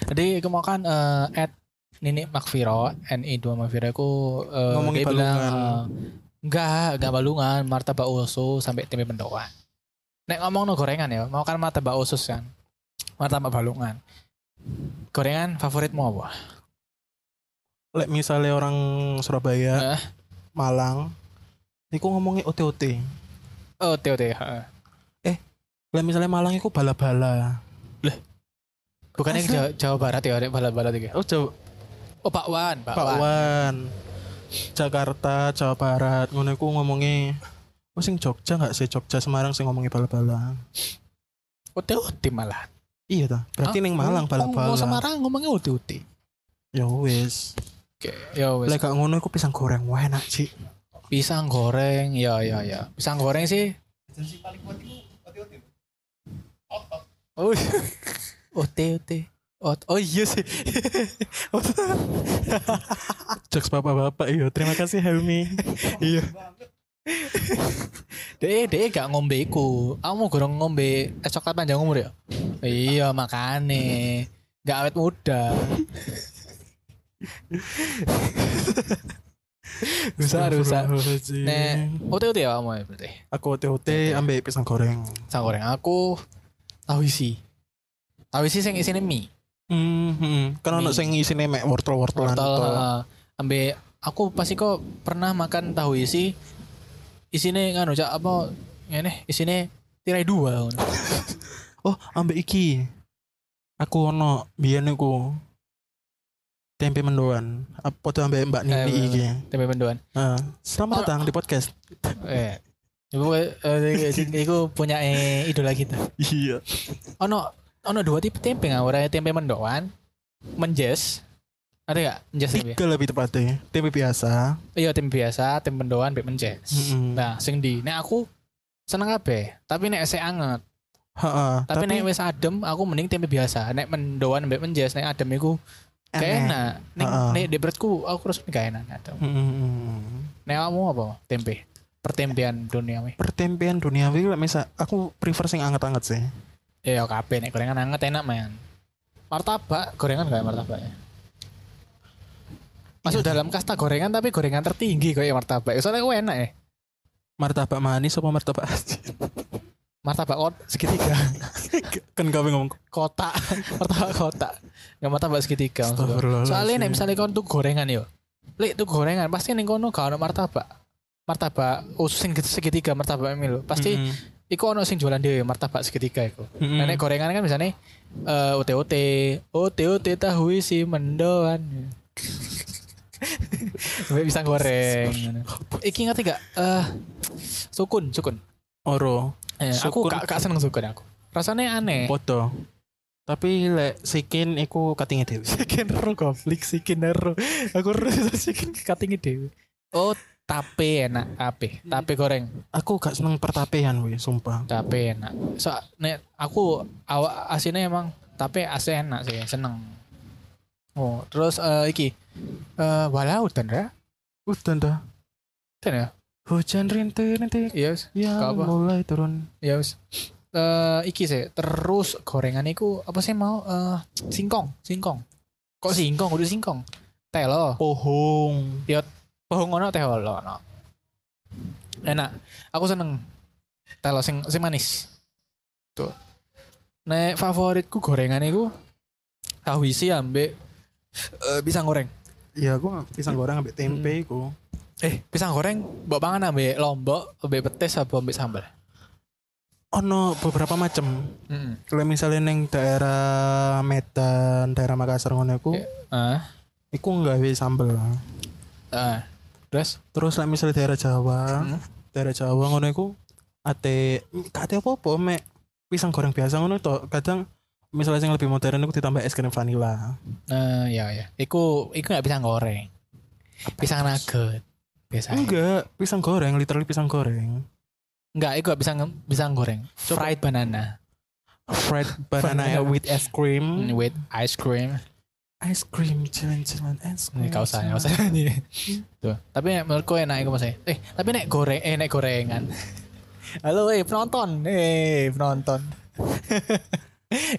A: Jadi aku mau kan eh, at Nini Makviro, NI 2 Makviro aku eh,
C: Ngomongin
A: dia bilang,
C: balungan.
A: eh, enggak, enggak balungan, martabak usus sampai tempe mendoan. Nek ngomong no gorengan ya, mau kan martabak usus kan. Martabak balungan. Gorengan favoritmu apa?
C: lek misalnya orang Surabaya
A: Heeh.
C: Malang iku ngomongnya OT-OT
A: Oh, teo teo. heeh.
C: lek misalnya Malang iku bala-bala
A: Bukannya
C: Asli?
A: Jawa, Jawa Barat ya, ada balat-balat gitu.
C: oh Jawa
A: Oh, Pak Wan, Pak, Wan.
C: Bakwan Jakarta Jawa Barat ngono iku ngomongnya oh sing Jogja nggak sih Jogja Semarang sing ngomongnya bala-bala
A: Oh, teo teo malah.
C: iya
A: Ah,
C: ta berarti neng
A: Mau
C: Malang bala-bala
A: oh, Semarang ngomongnya uti-uti.
C: ya wis
A: Oke, ya wes.
C: lek gak ngono iku pisang goreng wah enak sih
A: Pisang goreng, ya ya ya. Pisang goreng sih. Oh, ote ote. Ot oh iya sih.
C: Jokes bapak-bapak iya terima kasih Helmi
A: iya. Dek, dek gak ngombe iku. Aku mau gorong ngombe es coklat panjang umur ya. Iya, makane. Gak awet muda. rusak, rusak.
C: Astagfirullahaladzim.
A: Nek ote ote ya kamu ya berarti.
C: aku OT-OT ambek pisang goreng
A: Pisang goreng aku tahu isi. Tahu isi sing isine mie.
C: Hmm, hmm. Kan
A: Mie.
C: ono sing isine mek wortel-wortelan gitu.
A: wortel
C: to.
A: heeh. ambe aku pasti kok pernah makan tahu isi isine kan cak apa ini isine tirai dua ngono.
C: Oh, ambek iki. Aku ono biyen iku tempe mendoan. Apa tuh ambek Mbak Nini
A: Eh,
C: iki.
A: tempe mendoan
C: Nah, selamat
A: Oh,
C: datang di podcast.
A: eh Ibu, eh, iku punya eh, idola kita.
C: Iya.
A: Ono, ono dua tipe tempe nggak? Orang tempe mendoan, menjes, ada nggak menjes tempe?
C: Tiga lebih tepatnya. Tempe biasa.
A: Iya tempe biasa, tempe mendoan, tempe menjes.
C: Mm-mm.
A: Nah, sing di, nek aku seneng kabeh, tapi nek esek anget.
C: Heeh.
A: Tapi, nek wis adem, aku mending tempe biasa. Nek mendoan mbek menjes, nek adem iku gak enak. Nek
C: Heeh.
A: nek di perutku aku terus gak enak nek adem.
C: Mm-mm.
A: Nek kamu apa? Tempe. Pertempean dunia weh.
C: Pertempean duniawi lah misal aku prefer sing anget-anget sih.
A: Ya kabeh nek gorengan anget enak man. Martabak, gorengan gak ya martabak ya? Masuk dalam kasta gorengan tapi gorengan tertinggi kayak martabak. Ya, Soalnya aku enak ya.
C: Martabak manis apa martabak asin?
A: Martabak kot segitiga,
C: kan gawe ngomong
A: kotak, martabak kotak. Enggak martabak segitiga. maksudku. Soalnya nek misalnya kau tuh gorengan yo, lek tuh gorengan pasti neng kono gak ono martabak. Martabak usus sing segitiga martabak milo. Pasti iku ono sing jualan dhewe martabak segitiga iku. Nah,
C: Mm.
A: nek gorengan kan misalnya eh OTOT, OTOT tahu isi mendoan. Sampai bisa goreng. Iki ngerti gak? Eh sukun, sukun.
C: oro
A: Eh, aku
C: Sukun.
A: Eh. gak, gak seneng sukun aku. Rasanya aneh.
C: podo Tapi lek sikin iku katinge dhewe.
A: Sikinero goblik sikinero. Aku rasa sikin katingi dewe. Oh, tape enak, tape. Tape goreng,
C: Aku gak seneng pertapean weh, sumpah.
A: tape enak. So, nek aku awak asine emang tape asli enak sih, seneng. Oh, terus eh, iki eh walau dan ya.
C: Udan dah.
A: Dan ya.
C: Hujan rintik-rintik
A: Yes,
C: yang
A: Gak apa.
C: mulai turun.
A: yes. Ya Eh iki sih, terus gorengan iku apa sih mau eh singkong, singkong. Kok singkong, udah singkong. Telo.
C: Pohong.
A: pohon ono teh olo ono. Enak. Aku seneng telo sing sing manis. Tuh. Nek favoritku gorengan iku tahu isi ambek eh, pisang goreng.
C: Ya aku pisang goreng ambek tempe iku.
A: Eh, pisang goreng mbok pangan ambek lombok, ambek petis apa ambek sambal.
C: Ono beberapa macam.
A: Heeh.
C: Kalau misalnya neng daerah Medan, daerah Makassar ngono iku,
A: Iya. Ah,
C: iku nggawe sambel.
A: ah. Terus
C: Terus lek misalnya daerah Jawa, daerah Jawa ngono iku ate gak ate apa-apa mek pisang goreng biasa ngono to. Kadang misalnya yang lebih modern iku ditambah es krim vanila.
A: nah ya ya. Iku iku gak pisang goreng. Pisang nugget. Biasa.
C: Enggak, pisang goreng, literally pisang goreng.
A: Enggak, iku gak pisang pisang goreng. Fried banana
C: Fried banana
A: Banana.
C: with ice cream.
A: with ice cream.
C: Ice cream, jalan-jalan ice cream.
A: Ini gak usah, gak
C: jalan.
A: usah nyanyi. Tuh. Tapi nek menurutku enak iku Mas. eh. Eh, tapi nek goreng eh nek gorengan. Halo eh penonton, eh penonton.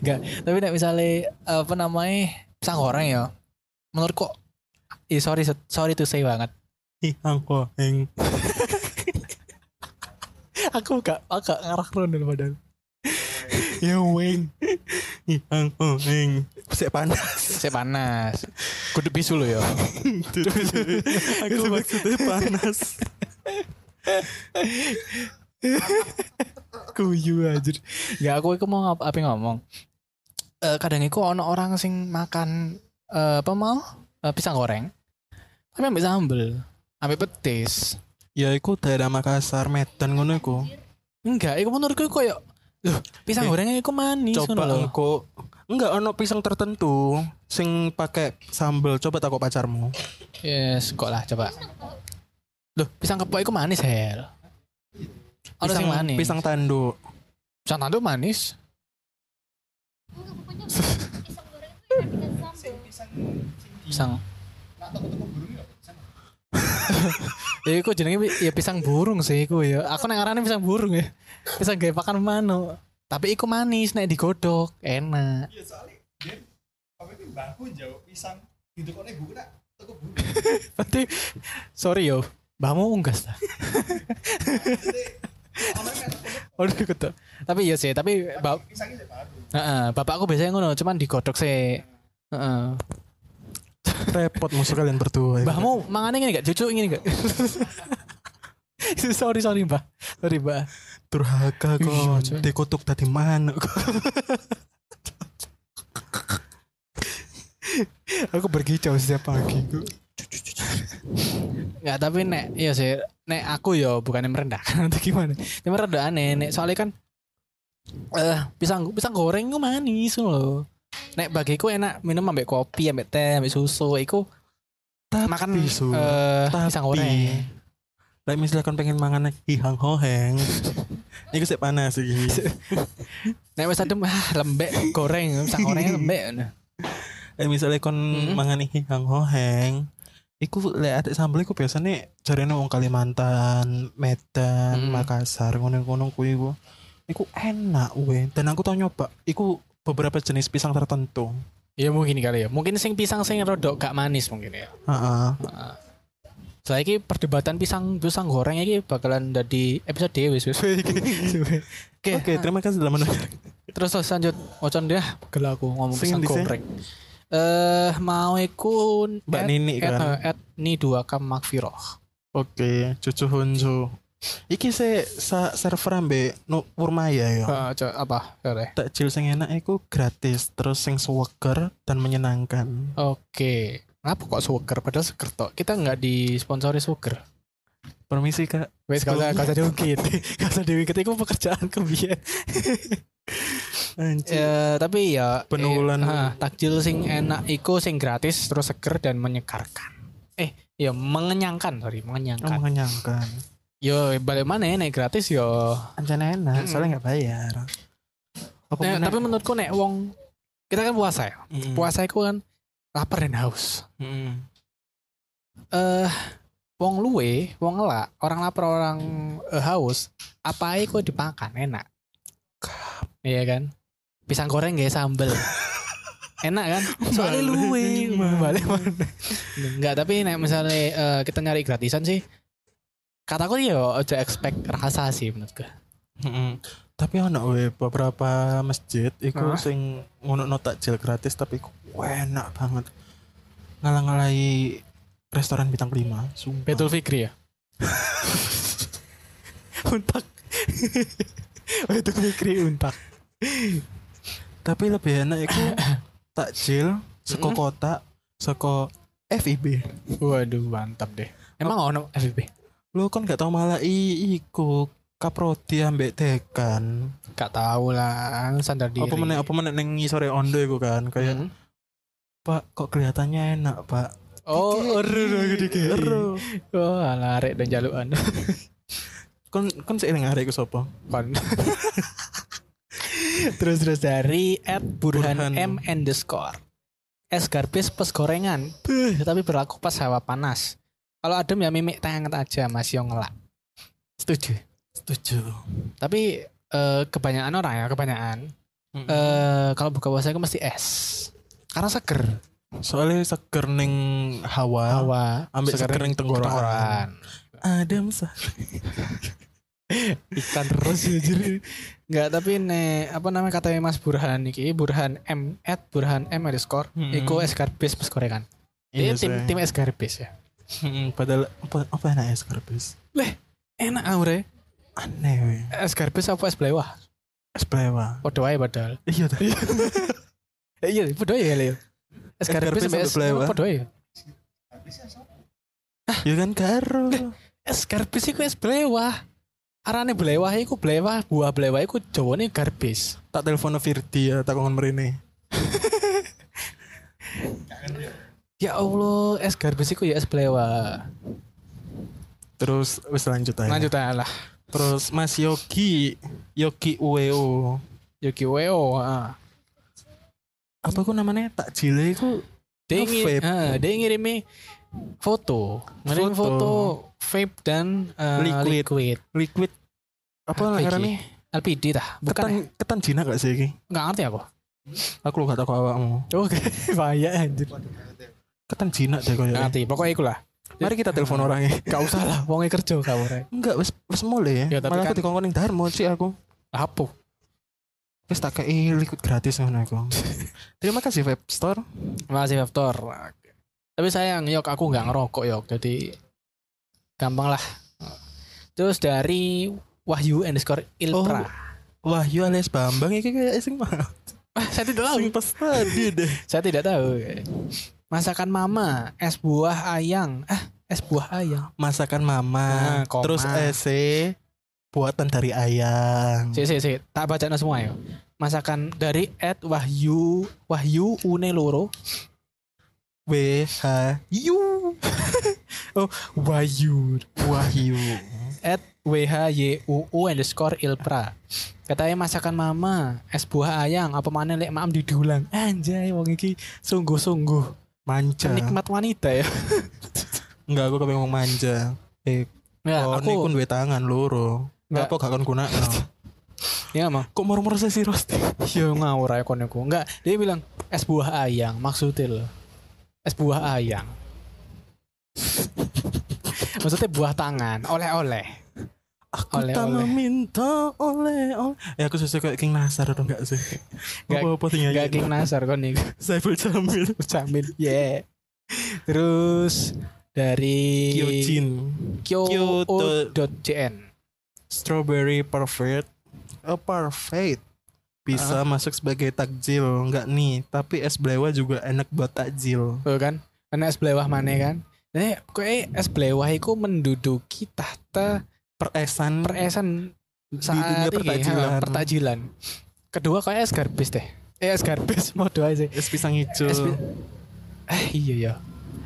A: Enggak, tapi nek misalnya apa namanya pisang goreng ya. Menurutku eh, sorry sorry to say banget.
C: Ih, angko, eng.
A: Aku gak agak ngarah dulu padahal.
C: Ya weng. Ih, angko, eng. Sik panas.
A: Saya panas. Kudu bisu lo ya.
C: Aku maksudnya panas.
A: Kuyu anjir. Enggak aku iku mau ngap apa ngomong. Eh kadang iku ono orang sing makan eh apa mau Eh, pisang goreng. Tapi ambil sambel, ambil petis.
C: Ya iku daerah Makassar, Medan ngono iku.
A: Enggak, iku menurutku koyo loh, pisang
C: Eh,
A: gorengnya iku manis
C: Coba
A: ngono lho.
C: engko enggak ono pisang tertentu sing pakai sambel. Coba takut pacarmu.
A: Yes, kok lah coba. Loh, pisang kepok iku manis, Hel. Ono sing manis.
C: pisang tanduk.
A: pisang tanduk manis. pisang ya iku jenenge pi- ya pisang burung sih iku ya aku nek ngarane pisang burung ya pisang gawe pakan mano tapi iku manis nek digodok enak
E: Iya soalnya dia apa itu baku jauh pisang gitu kok gue nak toko bulu
A: berarti sorry yo mbahmu unggas ta Aduh gitu. Tapi iya sih, tapi bap
E: pisangnya saya baru
A: Heeh, bapakku biasanya ngono, cuman digodok sih. Heeh.
C: Repot musuh kalian berdua. iku.
A: Mbahmu mangane ngene gak cucu ngene gak? sorry sorry mbah sorry mbah
C: Durhaka
A: Iya,
C: kon.
A: coy.
C: Dikutuk tadi mana kon.
A: aku berkicau setiap pagi nggak tapi nek iya sih nek aku yo bukannya merendahkan atau gimana cuma rada aneh nek soalnya kan eh pisang pisang goreng itu manis loh nek bagiku enak minum ambek kopi ambek teh ambek susu iku
C: Tapi,
A: makan
C: Su,
A: eh, pisang
C: tapi,
A: goreng
C: Lek misalnya kon pengen mangan hihang hoheng. Iku sik panas iki.
A: nek wis adem ah, lembek goreng pisang gorengnya lembek
C: Lek misalnya kon
A: Mm.
C: mangan hihang hoheng. Iku lek atik sambel iku biasanya jarene wong Kalimantan, Medan,
A: Mm.
C: Makassar ngono-ngono kuwi iku. Iku enak weh. Dan aku tau nyoba. Iku beberapa jenis pisang tertentu.
A: ya mungkin kali ya mungkin sing pisang sing rodok gak manis mungkin ya
C: Heeh.
A: Saya ini perdebatan pisang pisang goreng ini bakalan jadi episode dewe wis. wis. Oke,
C: Oke, terima kasih telah menonton.
A: terus terus lanjut. Ocan dia gelaku aku ngomong
C: Sing
A: pisang
C: di sini.
A: goreng. Eh mau iku
C: Mbak
A: at-
C: Nini
A: at,
C: kan.
A: eh, at ni dua kam makfiro.
C: Oke, cucu honjo. Iki se sa server ambe no Purmaya ya.
A: Eh, co- apa? Sore.
C: Takjil sing enak iku gratis, terus sing seger dan menyenangkan.
A: Oke. Kenapa kok sugar? Padahal sugar tok. Kita nggak disponsori sugar.
C: Permisi Kak.
A: Wes gak usah gak usah diungkit. Gak usah diungkit. Itu pekerjaan kebiasaan.
C: Anjir.
A: Eh, tapi ya
C: Penulan.
A: eh, ah, takjil sing enak iku sing gratis terus seger dan menyegarkan. Eh, ya mengenyangkan, sorry,
C: Oh,
A: mengenyangkan.
C: mengenyangkan.
A: Yo, balik mana ya, nek gratis yo.
C: Anjir enak, soalnya nggak bayar. Apa
A: Nek,
C: meneh?
A: Nah, tapi menurutku nek wong kita kan puasa ya.
C: Mm.
A: Puasa iku kan lapar dan haus.
C: Mm.
A: Eh, wong luwe, wong elak, orang lapar, orang eh, haus, apa kok dipakan enak. Iya kan? Pisang goreng gak sambel. enak kan? Soalnya
C: Balik
A: luwe,
C: mana?
A: balik mana? Enggak, tapi nek misalnya eh, kita nyari gratisan sih, kataku ya aja expect rasa sih menurut gue.
C: Mm-mm. Tapi ono we beberapa masjid iku
A: Hah?
C: sing ngono takjil gratis tapi iku enak banget. Ngalang-ngalai restoran bintang 5. Sumpah.
A: Betul Fikri ya? untak. Betul Fikri untak.
C: Tapi lebih enak iku takjil seko
A: Mm-mm.
C: kota seko FIB.
A: Waduh, mantap deh. Emang ono FVP?
C: Lu kan gak tau malah i- iku kaprodi ambek dekan.
A: Gak tahu lah, standar diri.
C: Apa meneh apa meneh ning sore ondo iku kan kayak
A: Hmm.
C: Pak kok kelihatannya enak, Pak.
A: Oh, eru aku dikei.
C: Ero.
A: Oh, alah, arek dan jaluan.
C: Kon kon seiring arek iku sapa?
A: Kon. terus terus dari at Burhan,
C: Burhan.
A: M underscore. Es garbis plus gorengan, Beuh, tapi berlaku pas hawa panas. Kalau adem ya mimik tangan aja masih yang ngelak. Setuju.
C: Setuju.
A: Tapi eh, kebanyakan orang ya kebanyakan.
C: Hmm.
A: Eh kalau buka puasa itu mesti es. Karena seger.
C: Soalnya seger ning hawa,
A: Hawa.
C: ambek seger ning tenggorokan.
A: tenggorokan.
C: Adem sah.
A: Ikan terus ya jadi. Enggak tapi nek apa namanya katanya Mas Burhan iki Burhan M at Burhan M underscore
C: Hmm.
A: iku es garbis mas gorengan. Dia tim tim es garbis ya.
C: padahal apa apa enak es karbis?
A: Enak aure.
C: Aneh we.
A: Es garbis apa es blewah?
C: Es plewa.
A: Padha wae padahal.
C: Iya tadi.
A: Eh, iya, padha ya Leo. Es
C: Es
A: garbis
C: garbis
A: sama
C: sama
A: es
C: blewah.
A: padha ya.
C: Ya kan karo.
A: Es garbis Eh, iku es blewah. Arane blewah iku blewah, buah blewah iku jawane garbis.
C: Tak telepon Firdi ya, tak kongon merene.
A: Ya Allah, es garbis iku ya es blewah.
C: Terus wis lanjut aja.
A: Lanjut aja lah.
C: Terus Mas Yogi, Yogi UWO.
A: Yogi Weo, heeh.
C: Apa ku namanya? Takjile iku
A: Dia,
C: Itu
A: ngir,
C: vape.
A: ah, dia ngirimi foto, ngirim
C: Foto.
A: foto vape dan eh, liquid.
C: Liquid. liquid apa
A: Apa iki?
C: ngarane?
A: LPD tah, bukan? eh?
C: Ketan ketan jinak gak sih iki?
A: Nggak ngerti aku.
C: Aku lu gak tahu awakmu.
A: Oke, bahaya anjir.
C: Ketan jinak deh
A: Nggak
C: koyo.
A: ngerti, Eh. pokoknya iku lah.
C: Mari kita telepon orangnya.
A: Gak usah lah, wongnya kerja kamu rek.
C: Enggak, wis wis mulai
A: Ya,
C: ya.
A: tapi
C: Malah
A: kan-
C: aku dikongkon ning Darmo sih aku.
A: Apa?
C: Wis tak kei liquid gratis ngono aku. Terima kasih Vape Store.
A: Makasih Vaptor. Tapi sayang, yok aku nggak ngerokok yok, jadi gampang lah. Terus dari Wahyu underscore Ilpra.
C: Wahyu alias Bambang iki kayak sing mah.
A: Ah, saya tidak tahu.
C: Sing pas tadi deh.
A: Saya tidak tahu. Masakan mama, es buah ayang. Ah, es buah ayang.
C: Masakan
A: Nah,
C: mama.
A: koma.
C: terus ese buatan dari ayang.
A: Si, si, si. Tak baca semua ya. Masakan dari Ed Wahyu Wahyu Une Loro.
C: W H
A: Yu. oh, Wahyu.
C: Wahyu.
A: Ed W H Y U U underscore Ilpra. Katanya masakan mama, es buah ayang, apa mana lek maam didulang. Anjay, wong iki sungguh-sungguh.
C: Manja.
A: Penikmat wanita ya.
C: Enggak aku kepengen ngomong manja. Eh,
A: Ya,
C: kon aku
A: aku
C: duwe tangan loro.
A: Enggak.
C: Enggak apa gak kon gunakno.
A: ya mah.
C: Kok moro-moro sesi roasting?
A: Ya ngawur ae kon iku. Enggak, dia bilang es buah ayang maksudnya loh. Es buah ayang. maksudnya buah tangan, oleh-oleh.
C: Aku
A: Oleh,
C: tak
A: oleh.
C: meminta oleh oleh. Ya aku sesuai kayak King Nasar atau enggak sih?
A: Nggak-
C: Apa apa tinggal
A: Enggak King Nasar kon iku.
C: Saya Jamil.
A: Jamin. Yeah. Terus dari
C: Kyojin.
A: Kyoto.jn.
C: Strawberry perfect. Oh, perfect. Bisa masuk sebagai takjil, enggak nih. Tapi es blewa juga enak buat takjil.
A: Tuh kan, karena es belewah mana kan? Jadi kowe es belewah iku menduduki tahta
C: Peresan
A: peresan
C: dunia
A: saat ini,
C: pertajilan.
A: ha, pertajilan. kedua kayak es garbis deh eh es garbis mau doa sih
C: Es pisang hijau.
A: es pi- eh iya ya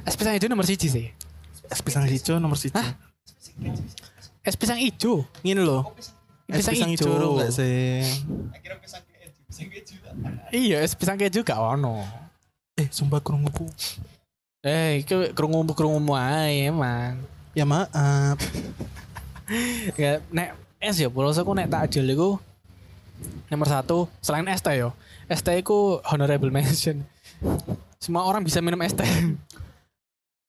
A: es pisang hijau nomor siji sih
C: Es pisang hijau nomor siji.
A: Hah? es pisang hijau
C: Ngene lho. Es pisang hijau lho enggak sih?
E: akhirnya pisang keju pisang keju lah
A: iya es pisang keju gak ono
C: Eh, sumpah kurung ku.
A: eh itu kerungu kerungu aja emang
C: Ya maaf.
A: ya nek es ya pulau aku nek takjil iku nomor satu selain es teh yo es teh iku honorable mention semua orang bisa minum es teh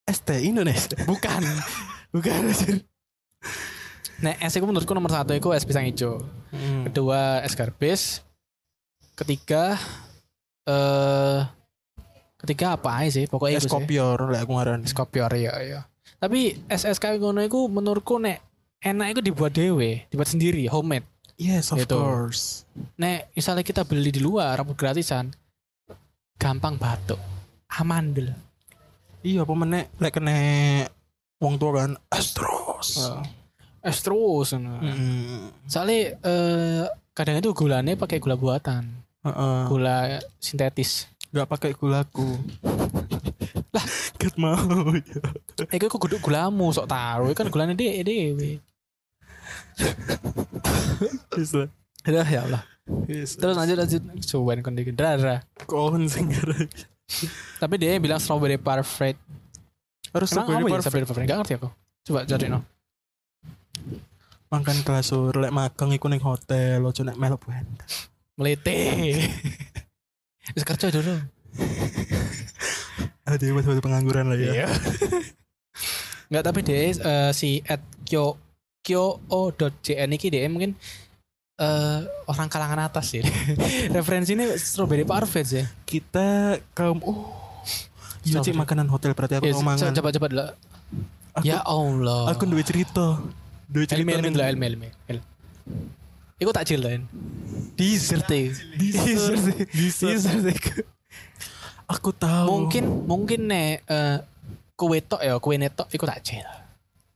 C: ST Indonesia.
A: bukan bukan anjir. nek es iku menurutku nomor satu iku es pisang hijau Hmm. kedua es garbis ketiga eh ketiga apa aja sih pokoknya
C: Es
A: iku iya sih.
C: kopior lek aku ngaran.
A: es kopior ya ya tapi SSK ngono iku menurutku nek enak iku dibuat dewe dibuat sendiri homemade
C: Yes, of
A: Gitu.
C: course.
A: Nek misalnya kita beli di luar rambut gratisan, gampang batuk, amandel.
C: Iya, apa meneh lek kene wong tua kan
A: Oh.
C: es terus.
A: Es terus. ngono.
C: Mm.
A: Soalnya eh, kadang itu gulanya pakai gula buatan, Ah.
C: Heeh.
A: gula sintetis.
C: Gak pakai gulaku. lah, gak mau. ya.
A: Eh, kok guduk gulamu sok taruh kan gulanya dia dewe.
C: Wis lah.
A: Aduh, ya Allah.
C: Wis.
A: Terus lanjut lanjut cobain kon dikit. Dah, dah.
C: kon sing ngarep.
A: Tapi dia bilang strawberry parfait.
C: Harus
A: Emang
C: strawberry
A: apa ya
C: parfait.
A: strawberry parfait? Gak ngerti aku. Coba cari no.
C: makan kelasur lek magang iku ning hotel ojo nek melok buanda
A: Melete. Wis kerja dulu.
C: aduh buat pengangguran lah ya
A: Enggak Iya. tapi dia eh, si at kyo kyo.jn ini dia mungkin eh, orang kalangan atas sih. Referensinya strawberry parfait sih.
C: kita kaum oh iya cik
A: Strawberry.
C: makanan hotel berarti aku
A: Ya,
C: mau
A: co-
C: mangan
A: coba coba dulu.
C: aku,
A: ya Allah.
C: aku duwe cerita duwe cerita
A: Elmi elmi
C: ning-
A: dulu elmi elmi. El. Iku tak cilain. Dessert ya.
C: Dessert. Dessert.
A: Dessert ya.
C: aku tahu
A: Mungkin mungkin nek eh, kue tok ya kue netok iku tak cil.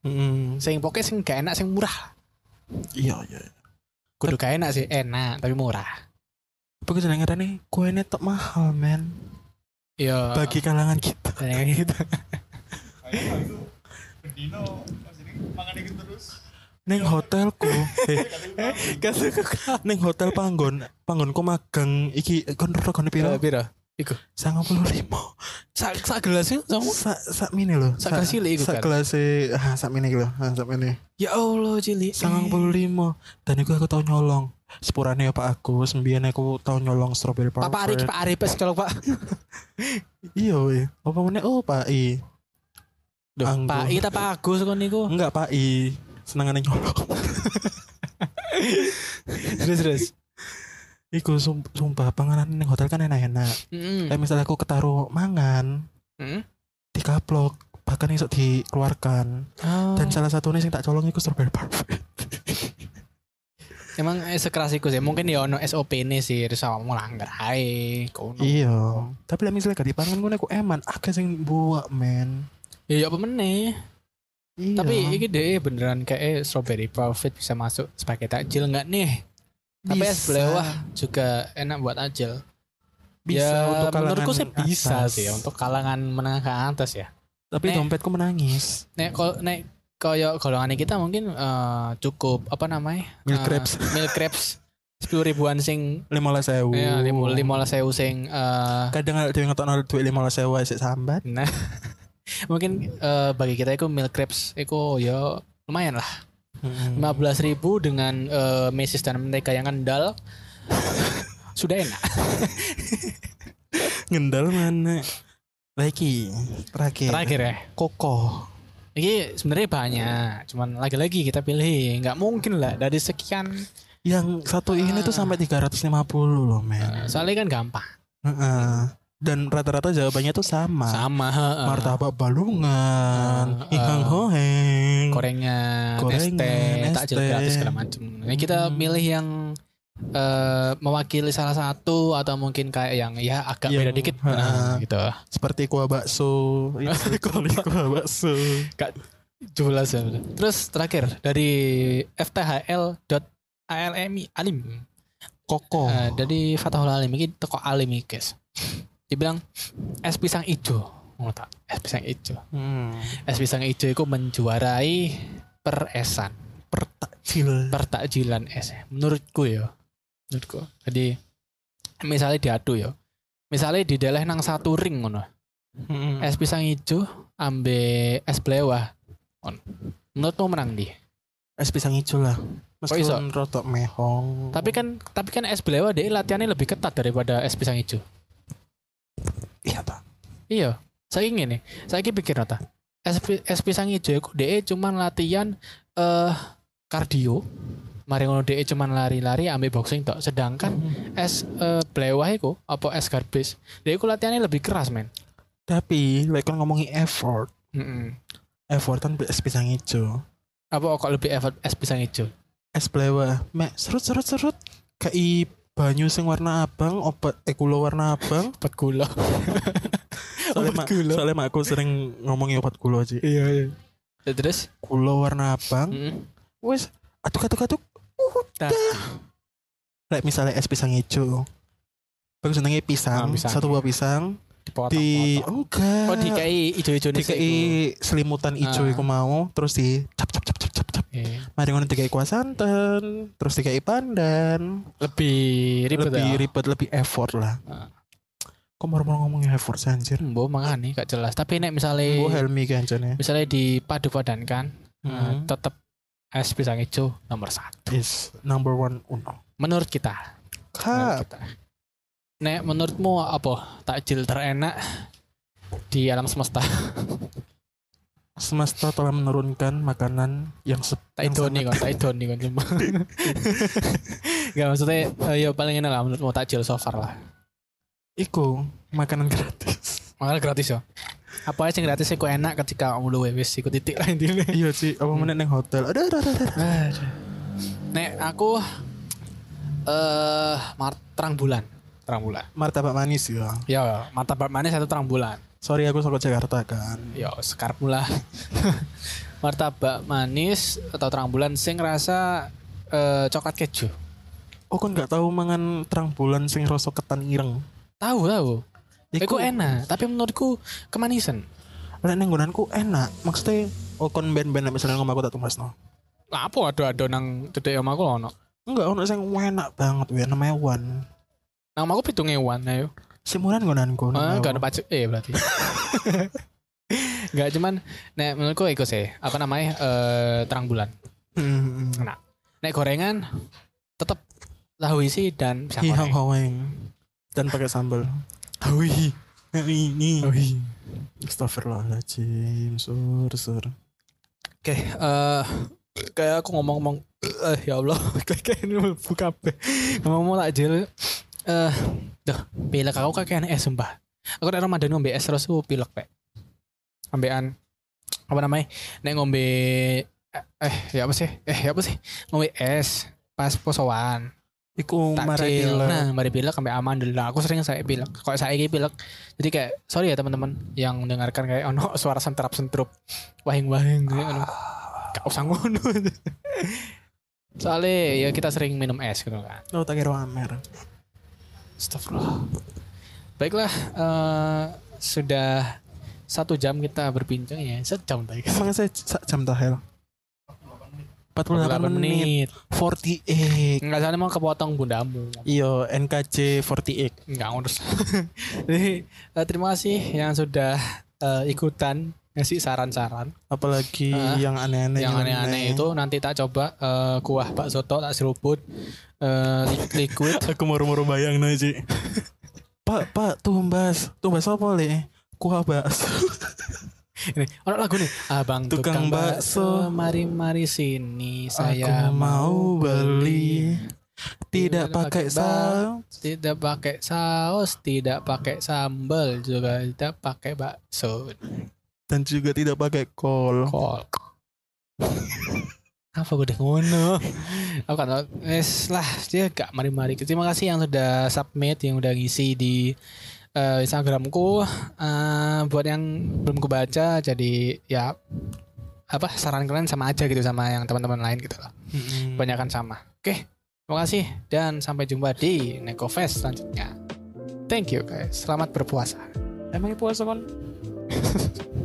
C: Mm,
A: Sing pokoknya sing gak enak sing murah.
C: iya iya
A: Kudu gak enak sih enak tapi murah.
C: aku seneng ngerti kue ini tok mahal men
A: Iya.
C: bagi kalangan kita
A: Kayak gitu.
E: kayak kalau itu berdino maksudnya makan itu terus
C: neng hotelku Eh,
A: Kata
C: neng hotel panggon panggonku magang iki kon ro kon piro
A: pira? Iku.
C: 95
A: Sak sak gelas itu sama.
C: sak sak mini loh
A: Sak kelas cilik iku
C: sak
A: kan?
C: kelas e- ah, sak mini loh ah, sak mini
A: Ya Allah cili.
C: sangang puluh lima dan itu aku tau nyolong sepurane ya pak aku sembilan aku tau nyolong strawberry parfait
A: Pak Arif, Pak Arif, colok Pak.
C: iya weh apa meneh oh pak i
A: Duh,
C: Anggur. Hmm.
A: Pak I Pak Agus kan niku.
C: enggak pak i senengane nyolong
A: Terus terus.
C: iku sum- sumpah panganan ning hotel kan enak-enak
A: Hmm.
C: eh
A: Heeh.
C: misalnya aku ketaruh mangan dikaplok bahkan esok dikeluarkan
A: Hmm. Oh.
C: dan salah satunya sing tak colong iku strawberry parfait
A: Emang eh, sekeras iku sih. Mungkin ya ono SOP ini sih terus awakmu langgar ae. Kono.
C: iya tapi lah misalnya gak dipangan gue aku eman agak sing buak men
A: Ya ya apa meneh.
C: Iya.
A: Tapi iki deh beneran kayak eh, strawberry parfait bisa masuk sebagai takjil enggak nih? Tapi es
C: Bisa.
A: belewah juga enak buat takjil.
C: bisa
A: ya,
C: untuk kalangan
A: menurutku sih bisa
C: atas.
A: sih ya, untuk kalangan menengah ke atas ya.
C: tapi
A: Nek.
C: dompetku menangis
A: Nek kol nek koyo golongan kita mungkin eh, cukup apa namanya?
C: Meal
A: Eh,
C: crepes. Uh.
A: Meal crepes. 10 ribuan sing
C: lima belas sewu
A: ya lima lima sewu sing eh,
C: kadang ada yang ngetokno duit lima belas sewu sik sambat
A: nah mungkin eh, bagi kita itu meal crepes itu ya lumayan lah. 15 ribu dengan eh, mesis dan mereka yang kendal sudah enak.
C: ngendal mana lagi terakhir
A: Terakhir ya.
C: koko
A: Ini sebenarnya banyak, cuman lagi-lagi kita pilih, nggak mungkin lah dari sekian.
C: yang satu ini tuh
A: Ah.
C: sampai 350 loh men
A: Soalnya kan gampang.
C: Heeh. dan rata-rata jawabannya tuh sama,
A: Sama. heeh.
C: Ah. martabak
A: Ah,
C: balungan
A: ah.
C: ihang hoheng
A: gorengan, es
C: Gorengan,
A: teh,
C: Hmm. es
A: takjil
C: teh.
A: gratis segala macam. Nah, kita
C: Hmm.
A: milih yang eh, mewakili salah satu atau mungkin kayak yang ya agak
C: Yang,
A: beda dikit nah,
C: ah.
A: gitu.
C: seperti kuah bakso Iya, seperti kuah bakso
A: Jelas ya. bener. Terus terakhir dari fthl.almi alim
C: Koko.
A: Eh, dari Fatahul Alim iki teko alim iki, guys. Dibilang es pisang ijo. Ngono tak? Es pisang ijo.
C: Hmm.
A: Es pisang ijo itu menjuarai peresan,
C: Pertakjil.
A: pertakjilan es. Menurutku ya. Menurutku. Jadi misalnya diadu ya. Misalnya dideleh nang satu ring ngono.
C: Hmm.
A: Es pisang ijo ambe es blewah. Ngono. Menurutmu menang di?
C: Es pisang hijau lah.
A: Kok iso?
C: Meskipun rotok mehong.
A: Tapi kan tapi kan es blewah dia latihannya lebih ketat daripada es pisang ijo.
C: iya tak.
A: Iya, saya ngene. Saya pikir nota. Es, pi- es pisang hijau iku DE cuman latihan eh kardio. Mari ngono DE cuman lari-lari ambil boxing tok. Sedangkan es eh blewah iku apa es garbis, DE iku latihannya lebih keras, men.
C: Tapi lek kon ngomongi effort, effort kan es pisang hijau.
A: Apa kok lebih effort es pisang hijau?
C: Es blewa, mek serut serut serut. Kei banyu sing warna abang, obat ekulo warna abang.
A: Obat gula.
C: Soalnya mak, soalnya mak aku sering ngomongi obat kulo aja.
A: Iya, iya. Terus,
C: Kulo warna abang.
A: Mm-mm.
C: Wes, atuk atuk atuk.
A: Hmm. Dah.
C: Udah. Lek misalnya es pisang hijau. Bagus jenenge pisang,
A: Ah, pisang.
C: satu buah pisang di
A: dipotong-potong.
C: enggak.
A: Oh, dikai ijo-ijo nih.
C: dikai selimutan ijo
A: Ah.
C: iku mau terus di cap cap cap cap cap cap mari ngono dikai kuah santan terus dikai pandan
A: Lebih ribet
C: lebih
A: ya.
C: ribet lebih effort lah
A: Ah.
C: kok marah-marah ngomongin effort sih anjir
A: Mbok mangane gak jelas. Tapi nek misalnya
C: gue Helmi kan jane
A: misalnya dipadu-padankan eh,
C: Hmm.
A: tetap es pisang hijau nomor satu
C: is number one uno
A: menurut kita menurut
C: kap
A: kita nek menurutmu apa takjil terenak di alam semesta
C: semesta telah menurunkan makanan yang se
A: tak idoni kon tak idoni kon kan, cuma nggak maksudnya eh, ya paling enak lah menurutmu takjil so far lah
C: iku makanan gratis
A: makanya gratis ya apa aja yang gratis sih kok enak ketika kamu luwe wis ikut titik lah intinya
C: iya sih apa menit neng hotel ada ada ada
A: nek aku eh mar- terang bulan terang bulan
C: martabak manis ya
A: ya martabak manis satu terang bulan
C: sorry aku saka Jakarta kan
A: Ya, sekarang mula. Martabak manis atau terang bulan sing rasa eh, coklat keju.
C: oh kan nggak tahu mangan terang bulan sing rasa ketan ireng
A: Tahu tahu.
C: Eh,
A: Iku enak, tapi menurutku kemanisan.
C: Lek neng nggonanku enak. Maksudnya oh kon ben-ben misalnya ngomong aku tak tumbas no.
A: Lah apa ado-ado nang cedek om aku ono.
C: Enggak ono sing enak banget ya nama ewan.
A: Nang omahku pitung ewan ayo.
C: Simulan nggonanku.
A: Eh,
C: nama
A: gak ada
C: ewan.
A: pajak eh berarti. Enggak cuman nek menurutku iku sih, apa namanya? eh, terang bulan.
C: Hmm, hmm.
A: Nek gorengan tetep tahu isi dan pisang
C: Hihang
A: goreng.
C: hoeng. Dan pakai sambal. Hui. Ini. Astagfirullahaladzim Sur sur
A: Oke, eh kayak aku ngomong-ngomong eh ya Allah, kayak ini buka kabeh. Ngomong-ngomong takjil eh duh, pilek aku kakean es sumpah. Aku nek Ramadan ngombe es terus aku pilek pek. Ambean apa namanya? Nek ngombe eh, eh ya apa sih? Eh ya apa sih? Ngombe es pas posoan
C: Iku
A: takjil nah mari pilek sampai amandel lah aku sering saya pilek kalau saya ini pilek jadi kayak sorry ya teman-teman yang mendengarkan kayak ono suara sentrap sentrup wahing wahing gitu ono gak usah ngono soalnya ya kita sering minum es gitu kan
C: Oh tak kira amer
A: Astagfirullah baiklah eh, sudah satu jam kita berbincang ya sejam tadi
C: Emang saya sak jam tahel 48 menit 48
A: Enggak salah mau kepotong bundamu
C: Iya NKJ 48
A: nggak ngurus. Jadi eh, terima kasih yang sudah eh, ikutan ngasih saran-saran
C: Apalagi
A: Ah,
C: yang aneh-aneh
A: yang aneh-aneh itu nanti tak coba eh, kuah bakso tok tak seruput eh, li- liquid
C: Aku moro-moro bayang aja. pak, pak, tumbas. Tumbas apa, Le? Kuah bakso.
A: ini orang lagu nih abang tukang,
C: Tukang
A: bakso
C: bakso,
A: mari mari sini saya
C: Saya mau beli. Tidak pakai sal.
A: tidak pakai saus tidak pakai sambal juga tidak pakai bakso
C: Dan juga tidak pakai kol.
A: kol apa gue udah ngono aku kan tau. wes lah dia gak mari mari terima kasih yang sudah submit yang udah ngisi di eh, instagramku Eh, buat yang belum kebaca jadi ya apa saran kalian sama aja gitu sama yang teman-teman lain gitu lah
C: Mm-mm.
A: kebanyakan sama oke Terima kasih dan sampai jumpa di NekoFest selanjutnya. Thank you guys. Selamat berpuasa.
C: Emangnya puasa kon?